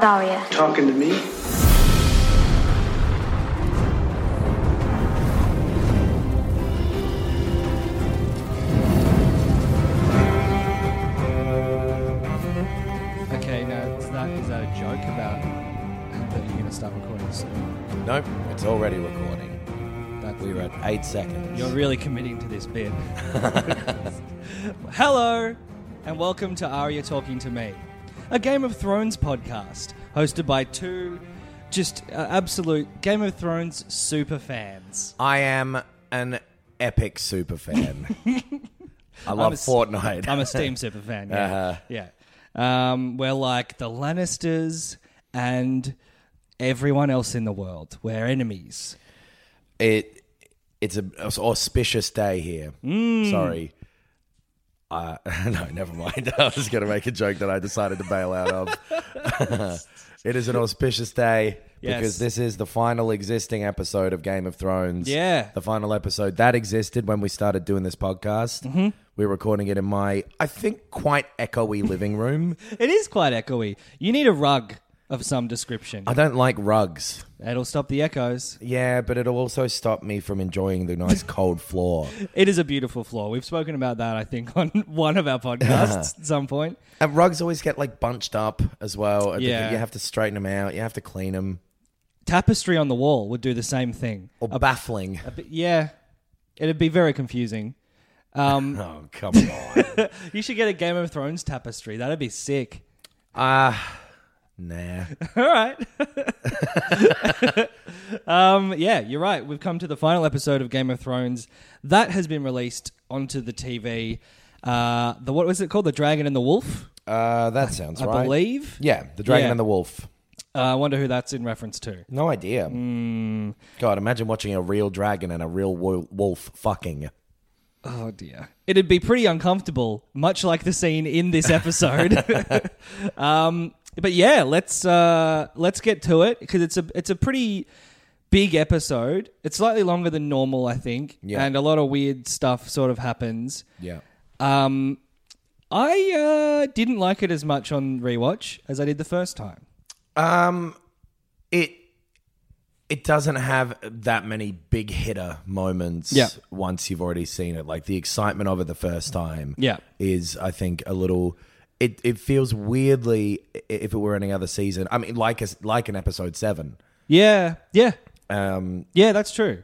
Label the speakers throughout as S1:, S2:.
S1: Daria.
S2: Talking to me?
S3: Okay, now is that is that a joke about that you're gonna start recording soon?
S4: Nope, it's already recording.
S3: That
S4: We were at eight seconds.
S3: You're really committing to this bit. Hello, and welcome to Aria Talking to Me, a Game of Thrones podcast hosted by two just uh, absolute Game of Thrones super fans.
S4: I am an epic super fan. I love
S3: a s-
S4: Fortnite.
S3: I'm a Steam super fan. Yeah,
S4: Uh-huh.
S3: yeah. Um, we're like the Lannisters and everyone else in the world. We're enemies.
S4: it it's a it's an auspicious day here.
S3: Hmm.
S4: Sorry. Uh, no, never mind. I was going to make a joke that I decided to bail out of. it is an auspicious day
S3: Yes.
S4: because this is the final existing episode of Game of Thrones.
S3: Yeah.
S4: The final episode that existed when we started doing this podcast.
S3: Mm-hmm.
S4: We were recording it in my, I think, quite echoey living room.
S3: It is quite echoey. You need a rug of some description.
S4: I don't like rugs.
S3: That'll stop the echoes.
S4: Yeah, but it'll also stop me from enjoying the nice cold floor.
S3: It is a beautiful floor. We've spoken about that, I think, on one of our podcasts at some point.
S4: And rugs always get like bunched up as well. I think
S3: Yeah.
S4: You have to straighten them out. You have to clean them.
S3: Tapestry on the wall would do the same thing.
S4: Or baffling.
S3: But yeah, it'd be very confusing. Um,
S4: Oh, come on.
S3: you should get a Game of Thrones tapestry. That'd be sick.
S4: Ah, nah.
S3: All right. um, yeah, you're right. We've come to the final episode of Game of Thrones. That has been released onto the TV. Uh, the what was it called? The Dragon and the Wolf,
S4: Uh, that sounds
S3: I
S4: right.
S3: believe.
S4: Yeah, The Dragon
S3: Yeah.
S4: and the Wolf.
S3: Uh, I wonder who that's in reference to.
S4: No idea. God, imagine watching a real dragon and a real wo- wolf fucking.
S3: Oh dear. It'd be pretty uncomfortable, much like the scene in this episode. um, but yeah, let's uh, let's get to it because it's a it's a pretty big episode. It's slightly longer than normal, I think,
S4: Yeah.
S3: and a lot of weird stuff sort of happens.
S4: Yeah.
S3: Um, I uh, didn't like it as much on rewatch as I did the first time.
S4: it it doesn't have that many big hitter moments
S3: Yeah.
S4: once you've already seen it like the excitement of it the first time
S3: Yeah.
S4: is i think a little it, it feels weirdly i- if it were any other season i mean like a, like an episode 7
S3: Yeah, yeah,
S4: um
S3: yeah. That's true.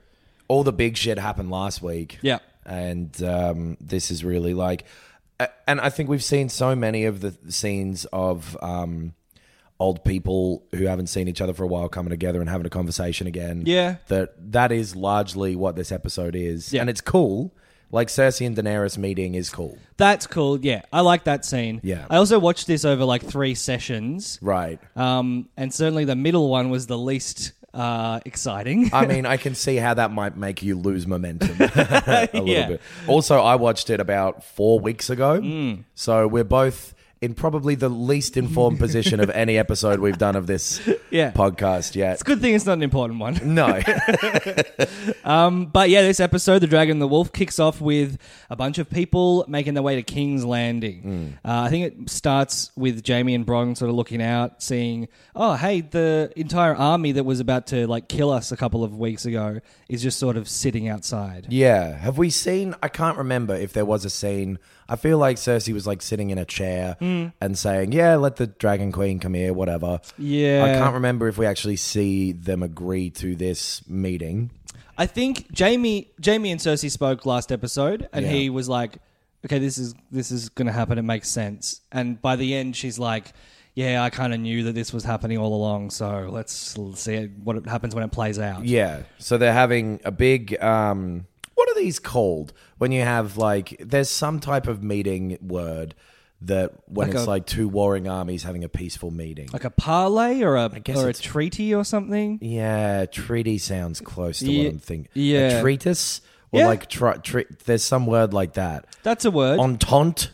S4: all the big shit happened last week
S3: Yeah.
S4: and um this is really like a- and i think we've seen so many of the scenes of um old people who haven't seen each other for a while coming together and having a conversation again
S3: Yeah.
S4: that that is largely what this episode is.
S3: Yeah.
S4: And it's cool. Like Cersei and Daenerys meeting is cool.
S3: That's cool. Yeah, I like that scene.
S4: Yeah.
S3: I also watched this over like three sessions.
S4: Right.
S3: Um, and certainly the middle one was the least uh, exciting.
S4: I mean, I can see how that might make you lose momentum a little
S3: Yeah.
S4: bit. Also, I watched it about four weeks ago.
S3: Mm.
S4: So we're both in probably the least informed position of any episode we've done of this
S3: Yeah.
S4: podcast yet.
S3: it's a good thing it's not an important one.
S4: No.
S3: But yeah, this episode, The Dragon and the Wolf, kicks off with a bunch of people making their way to King's Landing.
S4: Hmm.
S3: Uh, I think it starts with Jamie and Bron sort of looking out, seeing, oh, hey, the entire army that was about to like kill us a couple of weeks ago is just sort of sitting outside.
S4: Yeah. Have we seen? I can't remember if there was a scene. I feel like Cersei was like sitting in a chair
S3: Mm.
S4: and saying, Yeah, let the Dragon Queen come here, whatever.
S3: Yeah.
S4: I can't remember if we actually see them agree to this meeting.
S3: I think Jamie Jamie and Cersei spoke last episode, and
S4: Yeah.
S3: he was like, "Okay, this is this is going to happen. It makes sense." And by the end, she's like, "Yeah, I kind of knew that this was happening all along. So let's l- see it, what it happens when it plays out."
S4: Yeah. So they're having a big. Um, what are these called? When you have like. There's some type of meeting word that when
S3: Like
S4: it's
S3: a-
S4: like two warring armies having a peaceful meeting.
S3: Like a parlay or a
S4: guess
S3: or a
S4: it's-
S3: treaty or something.
S4: yeah, treaty sounds close to
S3: Ye-
S4: what I'm thinking.
S3: yeah.
S4: a treatise or
S3: Yeah.
S4: like tri- tri- there's some word like that.
S3: That's a word.
S4: Entente.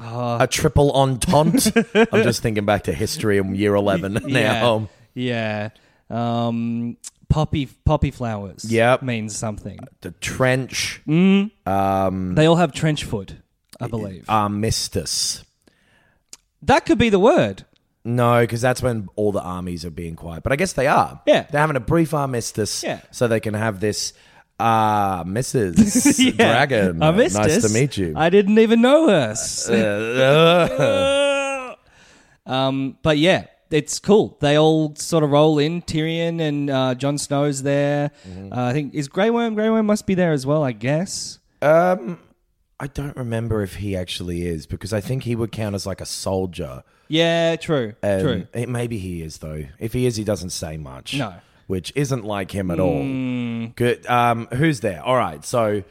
S3: Ah.
S4: a triple entente. I'm just thinking back to history and year 11 now.
S3: Yeah. Yeah. Um, poppy poppy flowers.
S4: Yep.
S3: Means something.
S4: The trench
S3: Mm.
S4: Mm.
S3: They all have trench foot, I believe.
S4: armistice.
S3: that could be the word.
S4: No, because that's when all the armies are being quiet. But I guess they are.
S3: Yeah.
S4: They're having a brief armistice
S3: Yeah.
S4: so they can have this uh Mrs.
S3: Yeah.
S4: Dragon.
S3: I missed
S4: nice
S3: us.
S4: to meet you.
S3: I didn't even know us.
S4: Uh,
S3: um, but yeah, it's cool. They all sort of roll in. Tyrion and uh, Jon Snow's there.
S4: Mm-hmm.
S3: Uh, I think is Grey Worm. Grey Worm must be there as well, I guess.
S4: I don't remember if he actually is because I think he would count as like a soldier.
S3: Yeah, true,
S4: And
S3: true.
S4: It, maybe he is though. If he is, he doesn't say much.
S3: No. Mm.
S4: which isn't like him at all. Good. Um, who's there? All right. So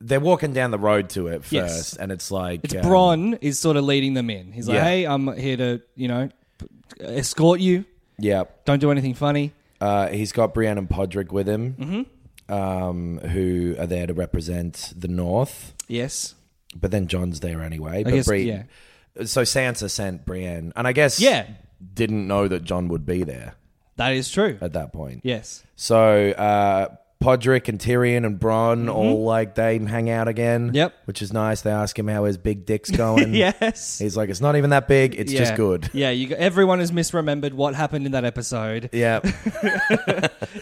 S4: they're walking down the road to it first,
S3: Yes.
S4: and it's like
S3: It's
S4: um,
S3: Bronn is sort of leading them in. He's like,
S4: Yeah.
S3: "Hey, I'm here to you know escort you.
S4: Yeah.
S3: Don't do anything funny."
S4: Uh, he's got Brienne and Podrick with him,
S3: Mm-hmm.
S4: um, who are there to represent the North.
S3: Yes.
S4: But then John's there anyway. but
S3: guess,
S4: Bri- So Sansa sent Brienne, and I guess
S3: Yeah.
S4: didn't know that John would be there
S3: That is true.
S4: at that point.
S3: Yes.
S4: So uh, Podrick and Tyrion and Bronn all like they hang out again.
S3: Mm-hmm. Yep.
S4: which is nice. They ask him how his big dick's going.
S3: Yes.
S4: He's like, it's not even that big. It's just
S3: Yeah.
S4: good.
S3: Yeah, you got, everyone has misremembered what happened in that episode,
S4: Yeah,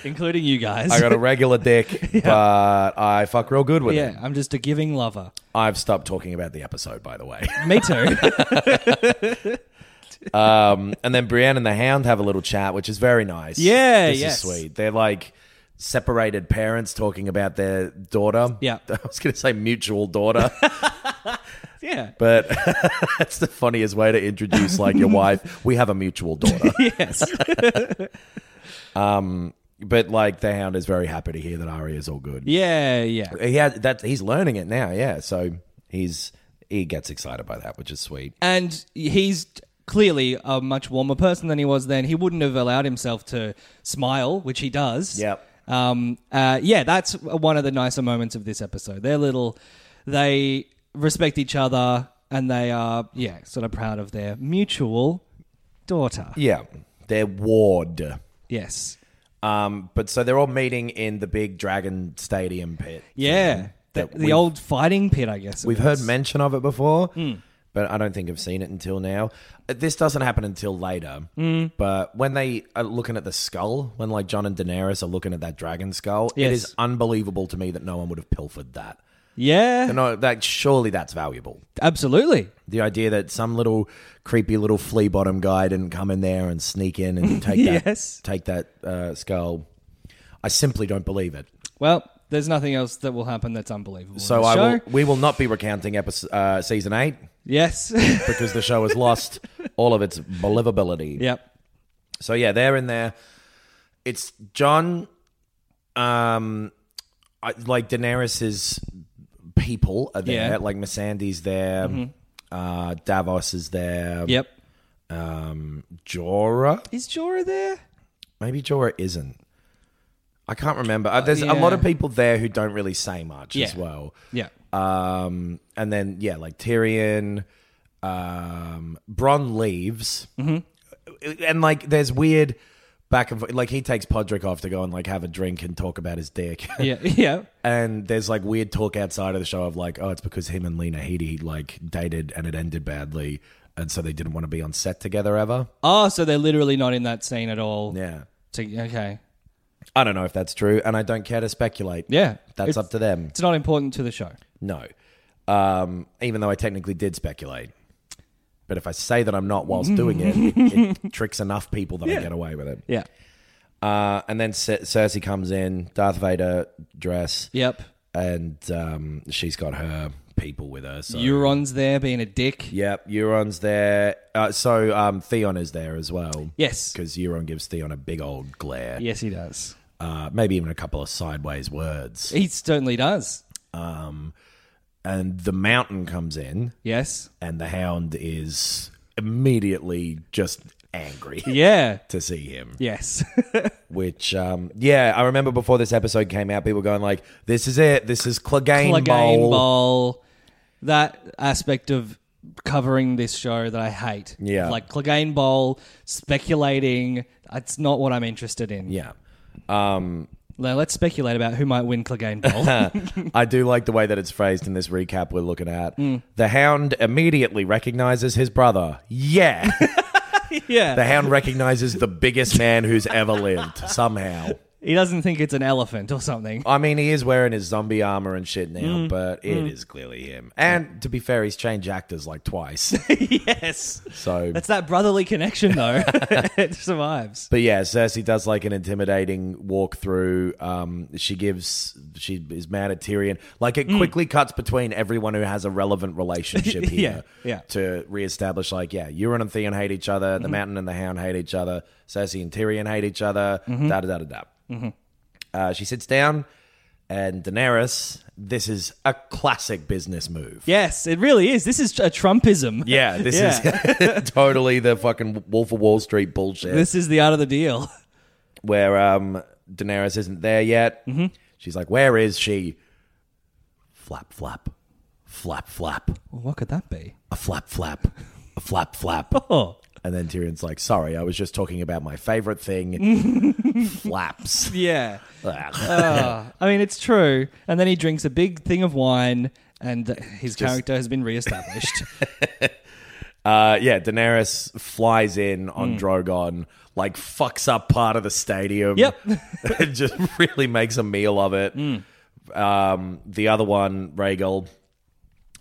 S3: including you guys.
S4: I got a regular dick, but I fuck real good with
S3: yeah,
S4: it.
S3: I'm just a giving lover.
S4: I've stopped talking about the episode, by the way.
S3: Me too.
S4: um, and then Brienne and the Hound have a little chat, which is very nice.
S3: Yeah,
S4: this
S3: yes.
S4: is sweet. They're like separated parents talking about their daughter.
S3: Yeah.
S4: I was going to say mutual daughter.
S3: yeah.
S4: But that's the funniest way to introduce like your wife. We have a mutual daughter.
S3: Yes.
S4: but like the hound is very happy to hear that Arya is all good.
S3: Yeah, yeah.
S4: He had that he's learning it now, yeah. So he's he gets excited by that, which is sweet.
S3: And he's clearly a much warmer person than he was then. He wouldn't have allowed himself to smile, which he does.
S4: Yep.
S3: Um, uh, yeah, that's one of the nicer moments of this episode. They're little, they respect each other, and they are, yeah, sort of proud of their mutual daughter.
S4: Yeah. They're ward.
S3: Yes.
S4: Um, but so they're all meeting in the big dragon stadium pit.
S3: Yeah. The,
S4: that
S3: the
S4: we've-
S3: old fighting pit, I guess. it
S4: We've
S3: was.
S4: heard mention of it before,
S3: Hmm.
S4: but I don't think I've seen it until now. Uh, This doesn't happen until later.
S3: Hmm.
S4: But when they are looking at the skull, when like John and Daenerys are looking at that dragon skull,
S3: Yes.
S4: it is unbelievable to me that no one would have pilfered that.
S3: Yeah,
S4: No, that surely that's valuable.
S3: absolutely.
S4: The idea that some little creepy little flea bottom guy didn't come in there and sneak in and take
S3: Yes.
S4: that take that uh, skull. I simply don't believe it.
S3: Well, there's nothing else that will happen that's unbelievable. in
S4: So
S3: this
S4: I
S3: show.
S4: will, we will not be recounting episode, uh, season eight
S3: Yes.
S4: because the show has lost all of its believability.
S3: yep.
S4: So yeah, they're in there. It's John, um, I, like Daenerys's people are there.
S3: Yeah. Mm-hmm.
S4: Like Missandei's there. Uh, Davos is there.
S3: Yep.
S4: Um, Jorah,
S3: Is Jorah there?
S4: maybe Jorah isn't. I can't remember. Uh, there's a lot
S3: yeah.
S4: of people there who don't really say much as
S3: Yeah.
S4: well.
S3: Yeah.
S4: Um, and then yeah, like Tyrion, um, Bron leaves,
S3: Mm-hmm.
S4: and like there's weird back and forth. Like he takes Podrick off to go and like have a drink and talk about his dick.
S3: Yeah. Yeah.
S4: And there's like weird talk outside of the show of like, oh, it's because him and Lena Headey like dated and it ended badly, and so they didn't want to be on set together ever.
S3: Oh, so they're literally not in that scene at all.
S4: Yeah,
S3: To- okay.
S4: I don't know if that's true, and I don't care to speculate.
S3: Yeah.
S4: that's
S3: It's-
S4: up to them.
S3: It's not important to the show.
S4: No. Um, even though I technically did speculate. But if I say that I'm not whilst doing it, it, it tricks enough people that I get away with it.
S3: Yeah.
S4: Uh, and then Cer- Cersei comes in, Darth Vader dress,
S3: Yep.
S4: and um, she's got her people with her. So.
S3: Euron's there being a dick.
S4: Yep, Euron's there. Uh, so um, Theon is there as well.
S3: Yes.
S4: Because Euron gives Theon a big old glare.
S3: Yes, he does.
S4: Uh, maybe even a couple of sideways words.
S3: He certainly does.
S4: and the mountain comes in,
S3: Yes.
S4: and the hound is immediately just angry
S3: Yeah.
S4: to see him.
S3: Yes.
S4: Which, um, yeah, I remember before this episode came out, people going like, "This is it. This is Clegane
S3: Plugane
S4: Bowl."
S3: bowl. That aspect of covering this show that I hate.
S4: Yeah.
S3: Like Clegane Bowl, speculating. It's not what I'm interested in.
S4: Yeah. Um,
S3: Now, let's speculate about who might win Clegane Bowl.
S4: I do like the way that it's phrased in this recap we're looking at. The hound immediately recognizes his brother. Yeah.
S3: yeah.
S4: the hound recognizes the biggest man who's ever lived somehow.
S3: He doesn't think it's an elephant or something.
S4: I mean, he is wearing his zombie armor and shit now, but it is clearly him. And to be fair, he's changed actors like twice.
S3: yes.
S4: So,
S3: That's that brotherly connection, though. it survives.
S4: but yeah, Cersei does like an intimidating walk through. Um, she gives, she is mad at Tyrion. Like it quickly cuts between everyone who has a relevant relationship here
S3: Hmm. Yeah, Mm-hmm. yeah.
S4: to reestablish, like, yeah, Euron and Theon hate each other. The Mountain and the Hound hate each other. Cersei and Tyrion hate each other.
S3: Mm-hmm.
S4: Da da da da da. Uh, she sits down, and Daenerys. This is a classic business move.
S3: Yes, it really is. This is a Trumpism.
S4: Yeah, this is totally the fucking Wolf of Wall Street bullshit.
S3: This is the art of the deal.
S4: where um, Daenerys isn't there yet. Mm-hmm. She's like, "Where is she?" Flap, flap, flap, flap,
S3: Well, what could that be?
S4: a flap, flap, a flap, flap.
S3: Oh,
S4: and then Tyrion's like, "Sorry, I was just talking about my favorite thing, flaps."
S3: yeah.
S4: Ah.
S3: Ah, I mean, it's true. And then he drinks a big thing of wine, and his character has been reestablished.
S4: Uh, yeah, Daenerys flies in on
S3: Hmm.
S4: Drogon, like fucks up part of the stadium.
S3: Yep. Hmm.
S4: It just really makes a meal of it. Um, the other one, Rhaegal,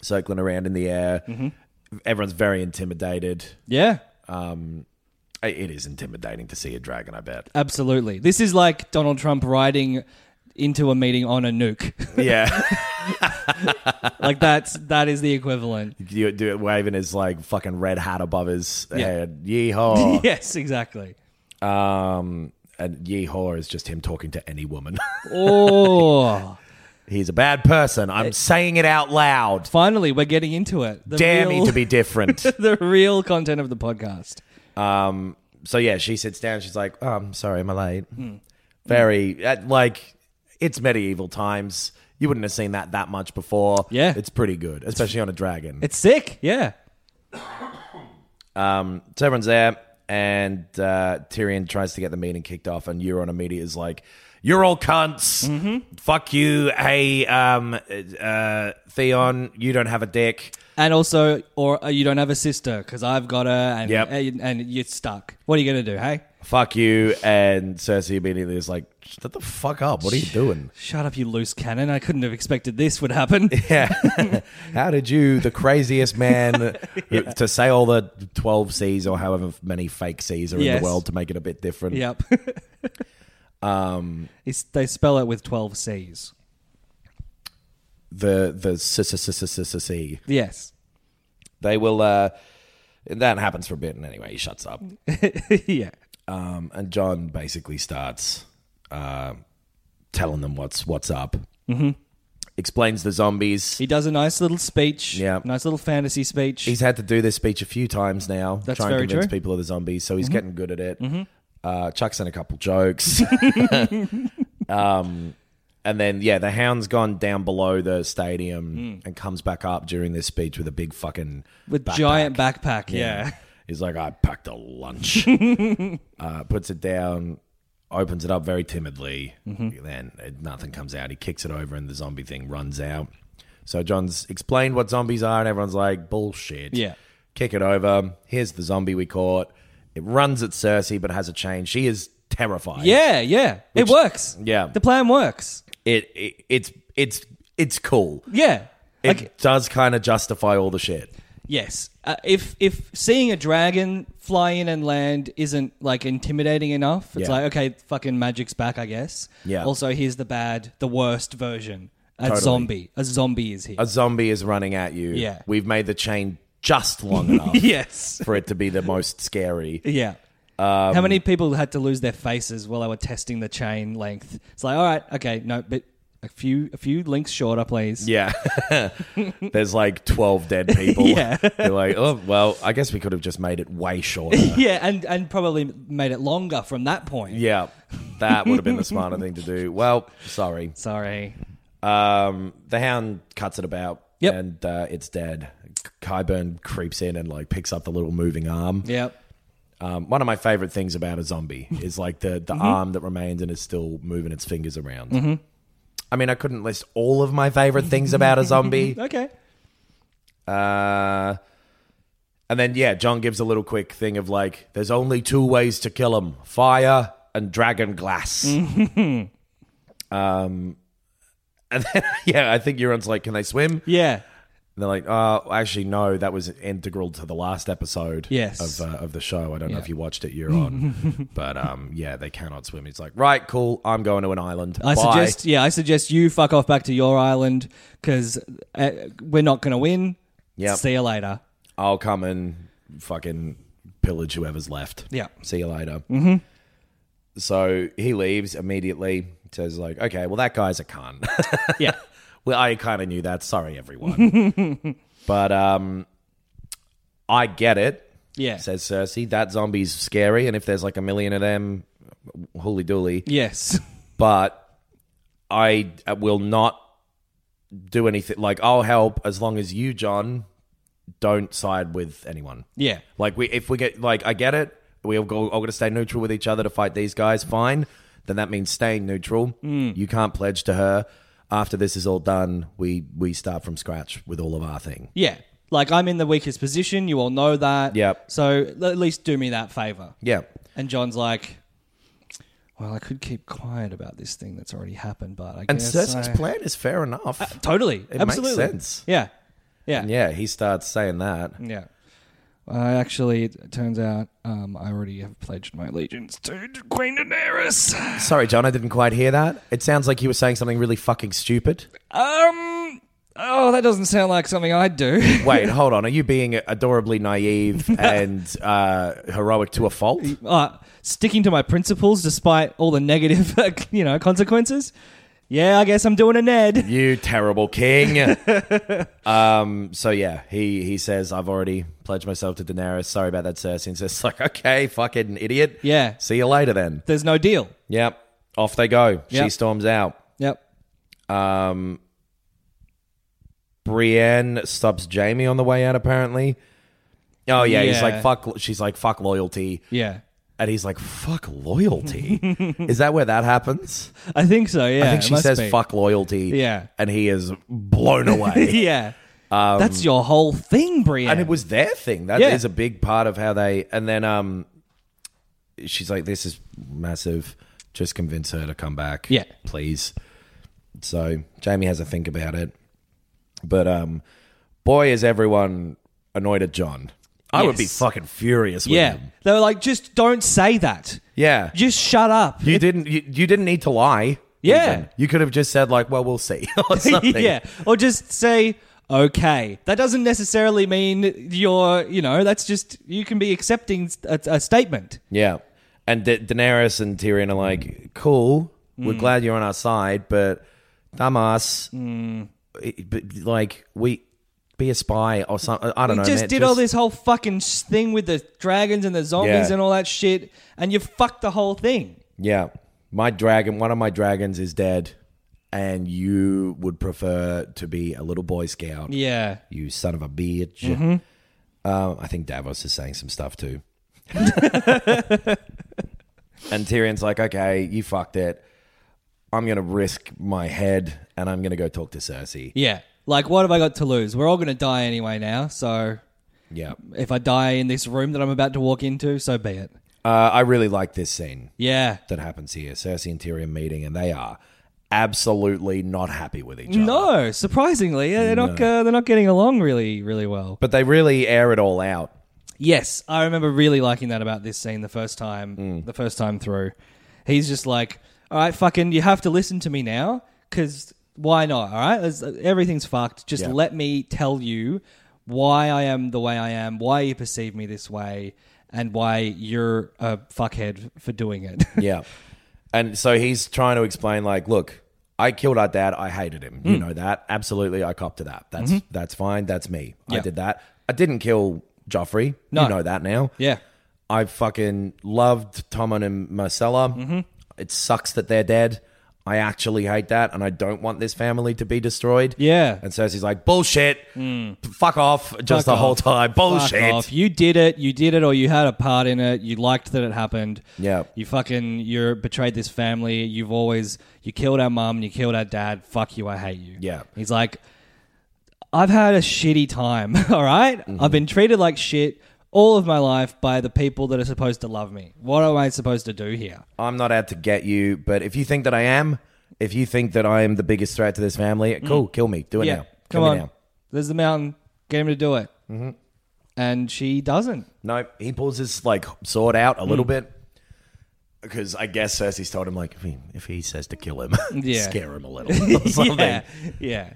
S4: circling around in the air.
S3: Mm-hmm.
S4: Everyone's very intimidated.
S3: yeah,
S4: I- It is intimidating to see a dragon, I bet.
S3: absolutely. This is like Donald Trump riding into a meeting on a nuke.
S4: Yeah.
S3: like that's that is the equivalent.
S4: you, do, waving his like fucking red hat above his
S3: Yeah.
S4: head. Yeehaw.
S3: Yes, exactly.
S4: um, and yeehaw is just him talking to any woman.
S3: Oh,
S4: He's a bad person. I'm saying it out loud.
S3: finally, we're getting into it. The
S4: Dare
S3: real,
S4: me to be different.
S3: the real content of the podcast.
S4: um, so yeah, she sits down. She's like, oh, "I'm sorry, am I late?"
S3: Hmm.
S4: Very uh, like it's medieval times. You wouldn't have seen that that much before.
S3: Yeah.
S4: it's pretty good, especially on a dragon.
S3: It's sick. Yeah.
S4: um, so everyone's there, and uh, Tyrion tries to get the meeting kicked off, and Euron immediately is like, "You're all cunts.
S3: Mm-hmm.
S4: Fuck you. Hey, um, uh, Theon, you don't have a dick."
S3: And also, or uh, you don't have a sister because I've got her, and,
S4: Yep.
S3: and and you're stuck. What are you gonna do? Hey,
S4: fuck you. And Cersei immediately is like, shut the fuck up. What are you doing?
S3: shut up, you loose cannon! I couldn't have expected this would happen.
S4: Yeah. How did you, the craziest man, uh, to say all the 12 C's or however many fake C's are in
S3: Yes.
S4: the world to make it a bit different?
S3: yep.
S4: Um,
S3: It's, they spell it with twelve C's.
S4: the, the C.
S3: Yes.
S4: They will, uh, that happens for a bit. And anyway, he shuts up.
S3: yeah.
S4: Um, and John basically starts uh, telling them what's, what's up. Mm-hmm. Explains the zombies.
S3: He does a nice little speech.
S4: Yeah.
S3: Nice little fantasy speech.
S4: He's had to do this speech a few times now,
S3: That's
S4: trying to
S3: very
S4: convince
S3: true. Mm-hmm.
S4: people of the zombies, so he's getting good at it. Uh, chucks in a couple jokes. um, and then, yeah, the hound's gone down below the stadium and comes back up during this speech with a big fucking.
S3: Hmm. with
S4: backpack.
S3: giant backpack. Yeah.
S4: He's like, I packed a lunch. uh, puts it down, opens it up very timidly.
S3: Mm-hmm.
S4: Then uh, nothing comes out. He kicks it over, and the zombie thing runs out. So John's explained what zombies are, and everyone's like, bullshit.
S3: Yeah.
S4: Kick it over. Here's the zombie we caught. It runs at Cersei, but has a chain. She is terrified.
S3: Yeah. Yeah. it works.
S4: yeah.
S3: The plan works.
S4: It, it it's it's it's cool.
S3: Yeah.
S4: It does kind of justify all the shit.
S3: Yes. Uh, if if seeing a dragon fly in and land isn't like intimidating enough, it's
S4: Yeah.
S3: like okay, fucking magic's back, I guess.
S4: Yeah.
S3: Also, here's the bad, the worst version. A
S4: Totally.
S3: zombie. A zombie is here.
S4: A zombie is running at you.
S3: Yeah.
S4: We've made the chain just long enough.
S3: yes.
S4: for it to be the most scary.
S3: Yeah. How
S4: Um,
S3: many people had to lose their faces while they were testing the chain length? It's like, all right, okay, no, but a few a few links shorter, please.
S4: Yeah. There's like 12 dead people.
S3: Yeah.
S4: You're like, oh, well, I guess we could have just made it way shorter.
S3: Yeah, and and probably made it longer from that point.
S4: yeah. That would have been the smarter thing to do. Well, sorry.
S3: Sorry.
S4: Um, the hound cuts it about
S3: Yep.
S4: and uh, it's dead. Kyburn creeps in and like picks up the little moving arm.
S3: Yep.
S4: Um, one of my favorite things about a zombie is like the, the
S3: Mm-hmm.
S4: arm that remains and is still moving its fingers around. I mean, I couldn't list all of my favorite things about a zombie.
S3: Okay.
S4: Uh, and then yeah, John gives a little quick thing of like, there's only two ways to kill him: fire and dragon glass. um, and then yeah, I think Euron's like, can they swim? And
S3: Yeah.
S4: they're like, oh, actually, no. That was integral to the last episode.
S3: Yes.
S4: of uh, of the show. I don't know if you watched it, Euron, but um, yeah, they cannot swim. He's like, right, cool. I'm going to an island.
S3: I
S4: Bye."
S3: suggest, yeah, I suggest you fuck off back to your island because uh, we're not going to win.
S4: Yep.
S3: See you later.
S4: I'll come and fucking pillage whoever's left.
S3: Yeah.
S4: See you later. Mm-hmm. So he leaves immediately. Says like, okay, well that guy's a cunt.
S3: Yeah.
S4: well, I kind of knew that. Sorry, everyone. but um, I get it.
S3: Yeah.
S4: Says Cersei, that zombie's scary, and if there's like a million of them, holy dooly.
S3: yes.
S4: But I uh, will not do anything. Like I'll help as long as you, John, don't side with anyone.
S3: Yeah.
S4: Like we, if we get like, I get it. We all go. I'm going to stay neutral with each other to fight these guys. Fine. Then that means staying neutral. You can't pledge to her. After this is all done, we we start from scratch with all of our thing.
S3: Yeah. Like I'm in the weakest position. You all know that.
S4: Yep.
S3: So l- at least do me that favor.
S4: Yeah.
S3: And John's like, well, I could keep quiet about this thing that's already happened, but I
S4: And
S3: guess
S4: Cersei's
S3: I-
S4: plan is fair enough.
S3: Totally.
S4: makes
S3: Absolutely.
S4: sense.
S3: Yeah. Yeah.
S4: yeah, he starts saying that.
S3: Yeah. I actually, it turns out, um, I already have pledged my allegiance to Queen Daenerys.
S4: Sorry, John, I didn't quite hear that. It sounds like you were saying something really fucking stupid.
S3: Um. Oh, that doesn't sound like something I'd do.
S4: Wait, hold on. Are you being adorably naive and uh, heroic to a fault?
S3: Uh, sticking to my principles despite all the negative, you know, consequences. Yeah, I guess I'm doing a Ned.
S4: You terrible king. um, so yeah, he he says, I've already pledged myself to Daenerys. Sorry about that, Cersei. And says, like, okay, fucking idiot.
S3: Yeah.
S4: See you later then.
S3: There's no deal.
S4: Yep. Off they go. She
S3: Yep.
S4: storms out.
S3: Yep.
S4: Um Brienne stops Jamie on the way out, apparently. Oh yeah, he's
S3: Yeah.
S4: like fuck she's like fuck loyalty.
S3: Yeah.
S4: And he's like, fuck loyalty. Is that where that happens?
S3: I think so. Yeah.
S4: I think
S3: it
S4: she
S3: must
S4: says
S3: be.
S4: fuck loyalty.
S3: Yeah.
S4: And he is blown away.
S3: Yeah. That's your whole thing, Brienne.
S4: Um, and it was their thing. That is
S3: Yeah.
S4: a big part of how they. And then um, she's like, "This is massive. Just convince her to come back,
S3: Yeah.
S4: please." So Jamie has a think about it, but um, boy, is everyone annoyed at John. I would be
S3: Yes.
S4: fucking furious. With
S3: yeah.
S4: him.
S3: They were like, just don't say that.
S4: yeah.
S3: Just shut up.
S4: You didn't. You, you didn't need to lie.
S3: Yeah.
S4: even. you could have just said like, "Well, we'll see," or something.
S3: yeah. Or just say, okay. That doesn't necessarily mean you're, you know, that's just, you can be accepting a, a statement.
S4: Yeah. And da- Daenerys and Tyrion are like, cool.
S3: Mm.
S4: We're glad you're on our side, but dumbass,
S3: Mm.
S4: it- but, like, we be a spy or something. I don't know.
S3: you just
S4: man.
S3: did all this whole fucking s- thing with the dragons and the zombies
S4: Yeah.
S3: and all that shit, and you fucked the whole thing.
S4: Yeah. My dragon, one of my dragons is dead, and you would prefer to be a little boy scout.
S3: Yeah.
S4: You son of a bitch. Um, I think Davos is saying some stuff too. and Tyrion's like, okay, you fucked it. I'm going to risk my head and I'm going to go talk to Cersei.
S3: Yeah. Like, what have I got to lose? We're all going to die anyway now, so
S4: Yeah.
S3: if I die in this room that I'm about to walk into, so be it.
S4: Uh, I really like this scene
S3: Yeah.
S4: that happens here Cersei and Tyrion meeting, and they are absolutely not happy with each other.
S3: No, surprisingly, yeah, they're not uh, they're not getting along really really well.
S4: But they really air it all out.
S3: Yes, I remember really liking that about this scene the first time
S4: Hmm.
S3: the first time through. He's just like, "All right, fucking, you have to listen to me now cuz why not? All right? There's- everything's fucked. Just
S4: Yeah.
S3: let me tell you why I am the way I am, why you perceive me this way, and why you're a fuckhead for doing it."
S4: Yeah. And so he's trying to explain, like, look, I killed our dad. I hated him.
S3: Hmm.
S4: You know that. Absolutely, I cop to that. That's that's fine. That's me. I
S3: Mm-hmm. Yeah.
S4: did that. I didn't kill Joffrey.
S3: No.
S4: You know that now.
S3: Yeah.
S4: I fucking loved Tommen and Marcella.
S3: Mm-hmm.
S4: It sucks that they're dead. I actually hate that, and I don't want this family to be destroyed.
S3: Yeah. Hmm.
S4: And Cersei's like, bullshit. Fuck off. Just the
S3: Fuck
S4: whole
S3: off.
S4: time.
S3: Fuck
S4: Bullshit.
S3: off. You did it. You did it, or you had a part in it. You liked that it happened.
S4: Yeah.
S3: You fucking you betrayed this family. You've always you killed our mum. You killed our dad. Fuck you. I hate you.
S4: Yeah.
S3: He's like, I've had a shitty time. All right? I've been treated like shit all of my life by the people that are supposed to love me. What am I supposed to do here?
S4: I'm not out to get you, but if you think that I am, if you think that I am the biggest threat to this family, cool, kill me. Do it
S3: Mm. yeah.
S4: now.
S3: Come
S4: kill
S3: on.
S4: me now.
S3: There's the mountain. Get him to do it. Mm-hmm. And she doesn't.
S4: No, he pulls his like sword out a
S3: Mm.
S4: little bit because I guess Cersei's told him like if he, if he says to kill him,
S3: Yeah.
S4: scare him a little or something.
S3: Yeah. Yeah.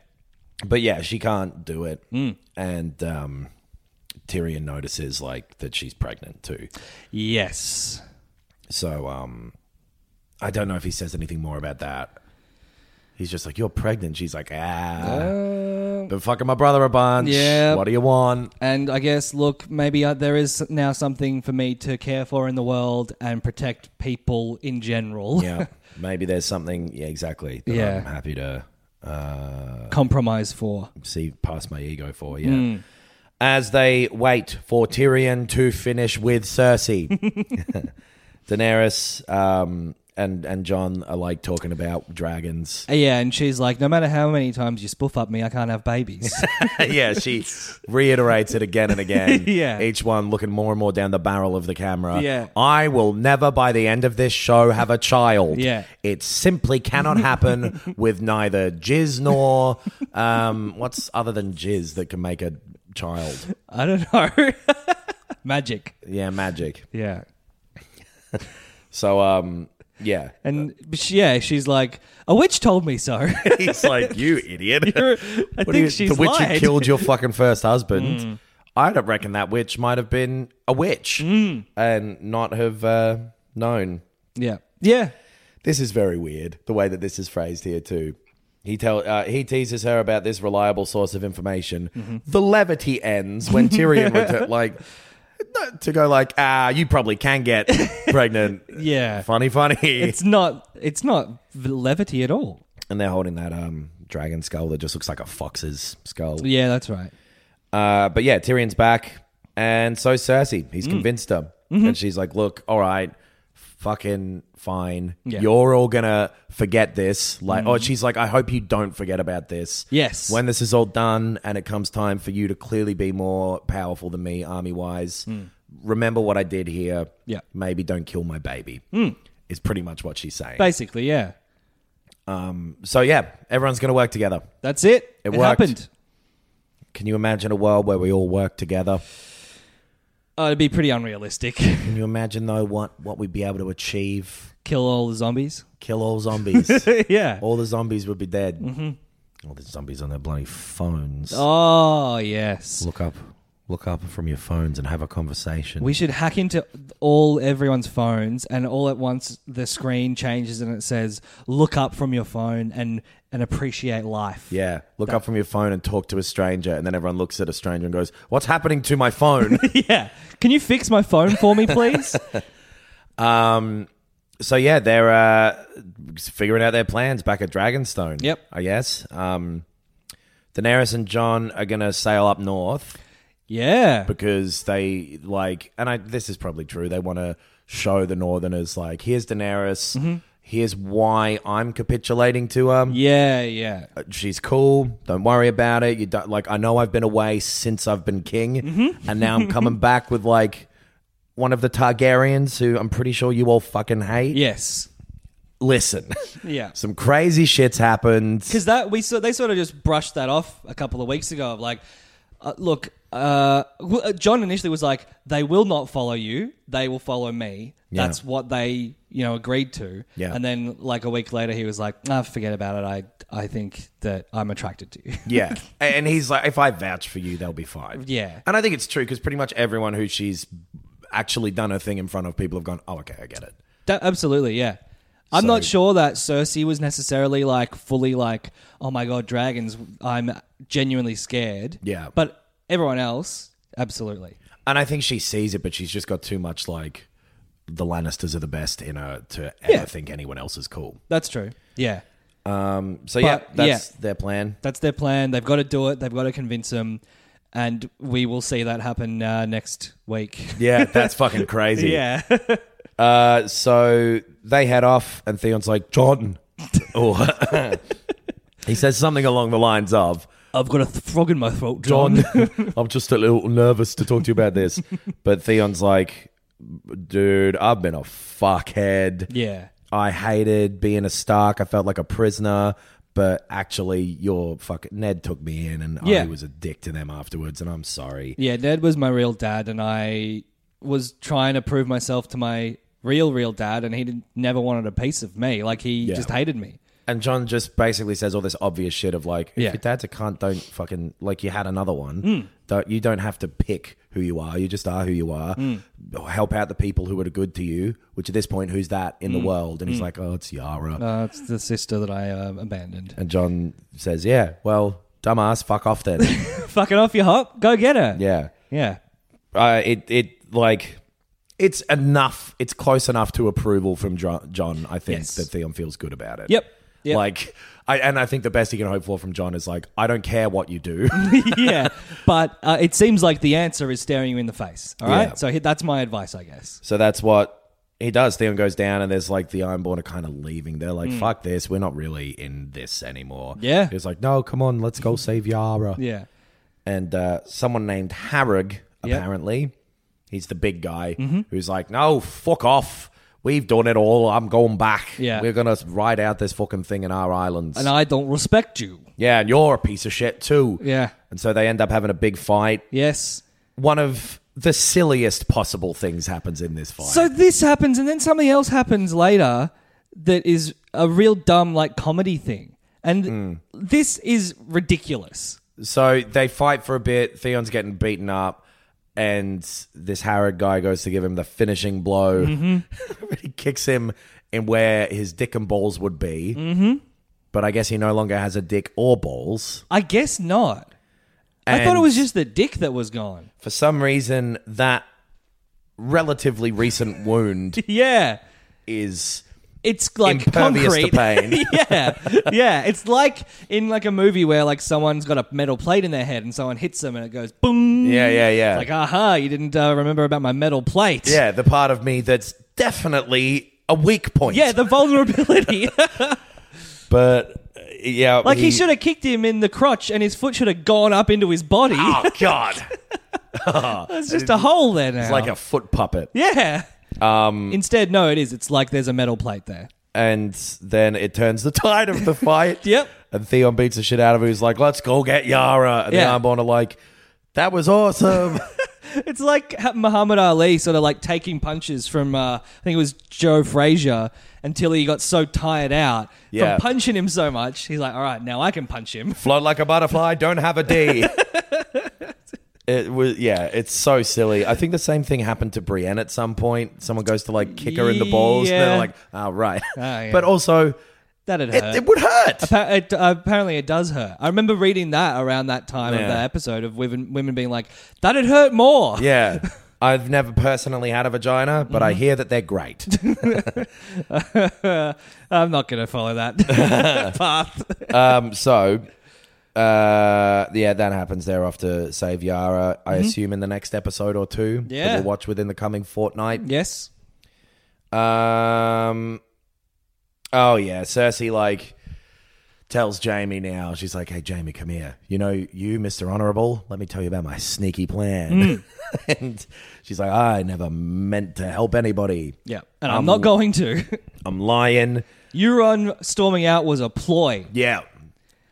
S4: But yeah, she can't do it,
S3: Mm.
S4: and um, Tyrion notices like that she's pregnant too.
S3: Yes.
S4: So um, I don't know if he says anything more about that. He's just like, "You're pregnant." She's like, "Ah, been fucking my brother a bunch.
S3: Uh, Yeah.
S4: what do you want?"
S3: And I guess, look, maybe uh, there is now something for me to care for in the world and protect people in general.
S4: Yeah, maybe there's something. Yeah, exactly. That
S3: Yeah.
S4: I'm happy to uh,
S3: Compromise for.
S4: see past my ego for. Yeah.
S3: Hmm.
S4: As they wait for Tyrion to finish with Cersei, Daenerys um, and and John are like talking about dragons.
S3: Uh, Yeah, and she's like, no matter how many times you spoof up me, I can't have babies.
S4: yeah, she reiterates it again and again.
S3: Yeah.
S4: Each one looking more and more down the barrel of the camera.
S3: Yeah.
S4: I will never by the end of this show have a child.
S3: Yeah.
S4: It simply cannot happen with neither jizz nor um what's other than jizz that can make a child.
S3: I don't know. Magic.
S4: Yeah, magic.
S3: Yeah.
S4: So um yeah.
S3: And but she, yeah, she's like, a witch told me so.
S4: He's like, You idiot.
S3: I
S4: What
S3: think
S4: do you-
S3: she's
S4: the witch who
S3: lied. Mm.
S4: killed your fucking first husband. I don't reckon that witch might have been a witch
S3: Mm.
S4: and not have uh, known.
S3: Yeah. Yeah.
S4: This is very weird the way that this is phrased here too. He tell uh, he teases her about this reliable source of information.
S3: Mm-hmm.
S4: The levity ends when Tyrion return, like no, to go like ah you probably can get pregnant.
S3: Yeah.
S4: funny, funny.
S3: It's not. It's not levity at all.
S4: and they're holding that um dragon skull that just looks like a fox's skull.
S3: Yeah, that's right.
S4: Uh, but yeah, Tyrion's back, and so Cersei.
S3: Mm.
S4: He's convinced her,
S3: Mm-hmm.
S4: and she's like, "Look, all right, fucking fine.
S3: Yeah. Mm-hmm.
S4: You're all gonna forget this. Like, oh, she's like, I hope you don't forget about this.
S3: Yes.
S4: When this is all done, and it comes time for you to clearly be more powerful than me, army wise. Remember what I did here.
S3: Mm. Yeah. Mm.
S4: Maybe don't kill my baby. Is pretty much what she's saying.
S3: Basically, yeah.
S4: so yeah, everyone's gonna work together.
S3: That's it.
S4: It
S3: It,
S4: worked.
S3: happened.
S4: Can you imagine a world where we all work together?
S3: Oh, it'd be pretty unrealistic.
S4: Can you imagine though what what we'd be able to achieve?
S3: Kill all the zombies.
S4: Kill all zombies.
S3: yeah. Mm-hmm.
S4: all the zombies would be dead. All the zombies on their bloody phones.
S3: Oh yes.
S4: Look up, look up from your phones and have a conversation.
S3: We should hack into all everyone's phones, and all at once the screen changes and it says, "Look up from your phone and and appreciate life."
S4: yeah, look up from your phone and talk to a stranger, and then everyone looks at a stranger and goes, "What's happening to my phone?"
S3: yeah. Can you fix my phone for me, please?
S4: so yeah, they're uh, figuring out their plans back at Dragonstone.
S3: Yep.
S4: I guess. Um, Daenerys and John are gonna sail up north.
S3: yeah.
S4: because they like, and I, this is probably true. They want to show the Northerners like, here's Daenerys, here's why I'm capitulating to her.
S3: Yeah. Yeah.
S4: She's cool. Don't worry about it. You don't like. I know I've been away since I've been king, and now I'm coming back with like one of the Targaryens who I'm pretty sure you all fucking hate.
S3: Yes.
S4: Listen,
S3: Yeah.
S4: some crazy shits happened.
S3: because that we saw they sort of just brushed that off a couple of weeks ago of like uh, look uh, w- uh, john initially was like they will not follow you they will follow me that's what they you know agreed to
S4: Yeah.
S3: and then like a week later he was like ah, forget about it i i think that i'm attracted to you
S4: Yeah. And he's like, if I vouch for you, they'll be fine.
S3: Yeah.
S4: And I think it's true because pretty much everyone who she's actually done her thing in front of people have gone, oh, okay, I get it.
S3: That- absolutely yeah I'm not sure that Cersei was necessarily like fully like, oh my god, dragons. I'm genuinely scared.
S4: Yeah.
S3: But everyone else, absolutely.
S4: And I think she sees it, but she's just got too much like the Lannisters are the best in her to
S3: Yeah.
S4: ever think anyone else is cool.
S3: That's true. Yeah.
S4: Um, so
S3: But,
S4: yeah, that's
S3: yeah.
S4: their plan.
S3: That's their plan. They've got to do it. They've got to convince them, and we will see that happen uh, next week.
S4: Yeah, that's fucking crazy.
S3: yeah.
S4: Uh, so they head off, and Theon's like, Jordan. oh. he says something along the lines of,
S3: I've got a th- frog in my throat, John.
S4: John, I'm just a little nervous to talk to you about this. But Theon's like, dude, I've been a fuckhead.
S3: Yeah.
S4: I hated being a Stark. I felt like a prisoner. But actually, your fucking Ned took me in, and
S3: Yeah.
S4: I was a dick to them afterwards, and I'm sorry.
S3: Yeah, Ned was my real dad, and I was trying to prove myself to my real, real dad, and he didn't, never wanted a piece of me. Like, he just hated me.
S4: And John just basically says all this obvious shit of like, if
S3: Yeah. Hmm.
S4: your dad's a cunt, don't fucking like you had another one. Don't you don't have to pick who you are. You just are who you are.
S3: Hmm.
S4: Help out the people who are good to you. Which at this point, who's that in the world? And he's like, oh, it's Yara.
S3: Hmm. Uh, it's the sister that I uh, abandoned.
S4: And John says, yeah, well, dumbass, fuck off then.
S3: Fucking off your hop. Go get her.
S4: yeah,
S3: Yeah.
S4: uh, it it like. It's enough. It's close enough to approval from Jo- John. I think
S3: Yes.
S4: that Theon feels good about it.
S3: Yep. Yep.
S4: Like, I and I think the best he can hope for from John is like, I don't care what you do.
S3: yeah. But uh, it seems like the answer is staring you in the face. All right.
S4: Yeah.
S3: So he- that's my advice, I guess.
S4: So that's what he does. Theon goes down, and there's like the Ironborn are kind of leaving. They're like, "Fuck this, we're not really in this anymore."
S3: Mm. Yeah.
S4: he's like, "No, come on, let's go save Yara."
S3: Yeah.
S4: And uh, someone named Harrog,
S3: Yep.
S4: apparently, he's the big guy
S3: Mm-hmm.
S4: who's like, "No, fuck off." We've done it all. I'm going back.
S3: Yeah.
S4: We're going to ride out this fucking thing in our islands.
S3: And I don't respect you.
S4: yeah, and you're a piece of shit too.
S3: Yeah.
S4: And so they end up having a big fight.
S3: Yes.
S4: One of the silliest possible things happens in this fight.
S3: So this happens, and then something else happens later that is a real dumb, like, comedy thing. And
S4: Hmm.
S3: this is ridiculous.
S4: So they fight for a bit. Theon's getting beaten up, and this Harrod guy goes to give him the finishing blow.
S3: Mm-hmm.
S4: he kicks him in where his dick and balls would be. Mm-hmm. But I guess he no longer has a dick or balls.
S3: I guess not. I
S4: And
S3: thought it was just the dick that was gone.
S4: for some reason that relatively recent wound
S3: Yeah.
S4: is
S3: It's like
S4: Impervious to
S3: concrete.
S4: pain.
S3: yeah. Yeah. It's like in like a movie where like someone's got a metal plate in their head and someone hits them and it goes boom.
S4: Yeah, yeah, yeah.
S3: Like, aha, you didn't uh, remember about my metal plate.
S4: yeah the part of me that's definitely a weak point.
S3: Yeah, the vulnerability.
S4: but uh, yeah,
S3: like he should have kicked him in the crotch and his foot should have gone up into his body.
S4: Oh God,
S3: It's just a hole there now.
S4: it's like a foot puppet.
S3: yeah. Um, Instead, no, it is. It's like there's a metal plate there.
S4: and then it turns the tide of the fight.
S3: Yep.
S4: And Theon beats the shit out of him. He's like, let's go get Yara. And
S3: Yeah.
S4: the Ironborn are like, that was awesome.
S3: It's like ha- Muhammad Ali sort of like taking punches from, uh, I think it was Joe Frazier, until he got so tired out
S4: Yeah.
S3: from punching him so much. He's like, all right, now I can punch him.
S4: Float like a butterfly, don't have a D. It was yeah, it's so silly. I think the same thing happened to Brienne at some point. Someone goes to like kick her in the balls, and
S3: Yeah. Ah,
S4: they're like, "Oh right,"
S3: yeah. Uh,
S4: but also
S3: That'd
S4: it,
S3: hurt.
S4: it would hurt.
S3: Pa- it, uh, apparently, it does hurt. I remember reading that around that time of
S4: Yeah.
S3: that episode of women, women being like, that'd hurt more.
S4: Yeah. I've never personally had a vagina, but I
S3: Mm-hmm.
S4: hear that they're great.
S3: I'm not going to follow that path.
S4: Um, so, uh, yeah, that happens. They're off to save Yara, I assume, in the next episode or two. that
S3: Yeah.
S4: we'll watch within the coming fortnight.
S3: yes.
S4: Um, oh, yeah. Cersei, like, tells Jamie now, she's like, hey, Jamie, come here. You know, you, Mr. Honorable, let me tell you about my sneaky plan. and she's like, I never meant to help anybody.
S3: Yeah. And I'm not going to.
S4: I'm lying.
S3: Euron storming out was a ploy.
S4: Yeah.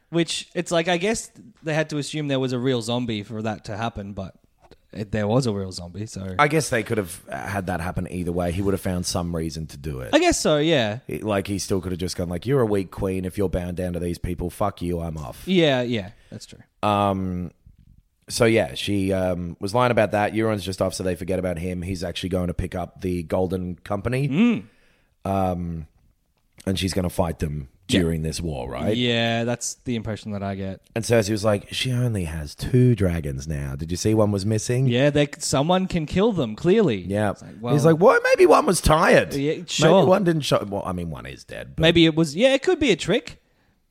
S3: Which it's like I guess they had to assume there was a real zombie for that to happen, but it, there was a real zombie, so I,
S4: I guess they could have had that happen either way. He would have found some reason to do it.
S3: guess so. Yeah,
S4: It- like he still could have just gone like you're a weak queen if you're bound down to these people fuck you i'm off
S3: yeah, yeah. That's true.
S4: so yeah she um, was lying about that euron's just off so they
S3: Hmm.
S4: forget about him he's actually going to pick up the golden company um, and she's going to fight them during this war, right?
S3: Yeah, that's the impression that I get.
S4: And Cersei was like, she only has two dragons now. Did you see one was missing?
S3: Yeah, they, someone can kill them, clearly.
S4: Yeah.
S3: It's like, well,
S4: He's like, well, maybe one was tired.
S3: Yeah, sure.
S4: Maybe one didn't show. Well, I mean, one is dead. But
S3: maybe it was, yeah, it could be a trick,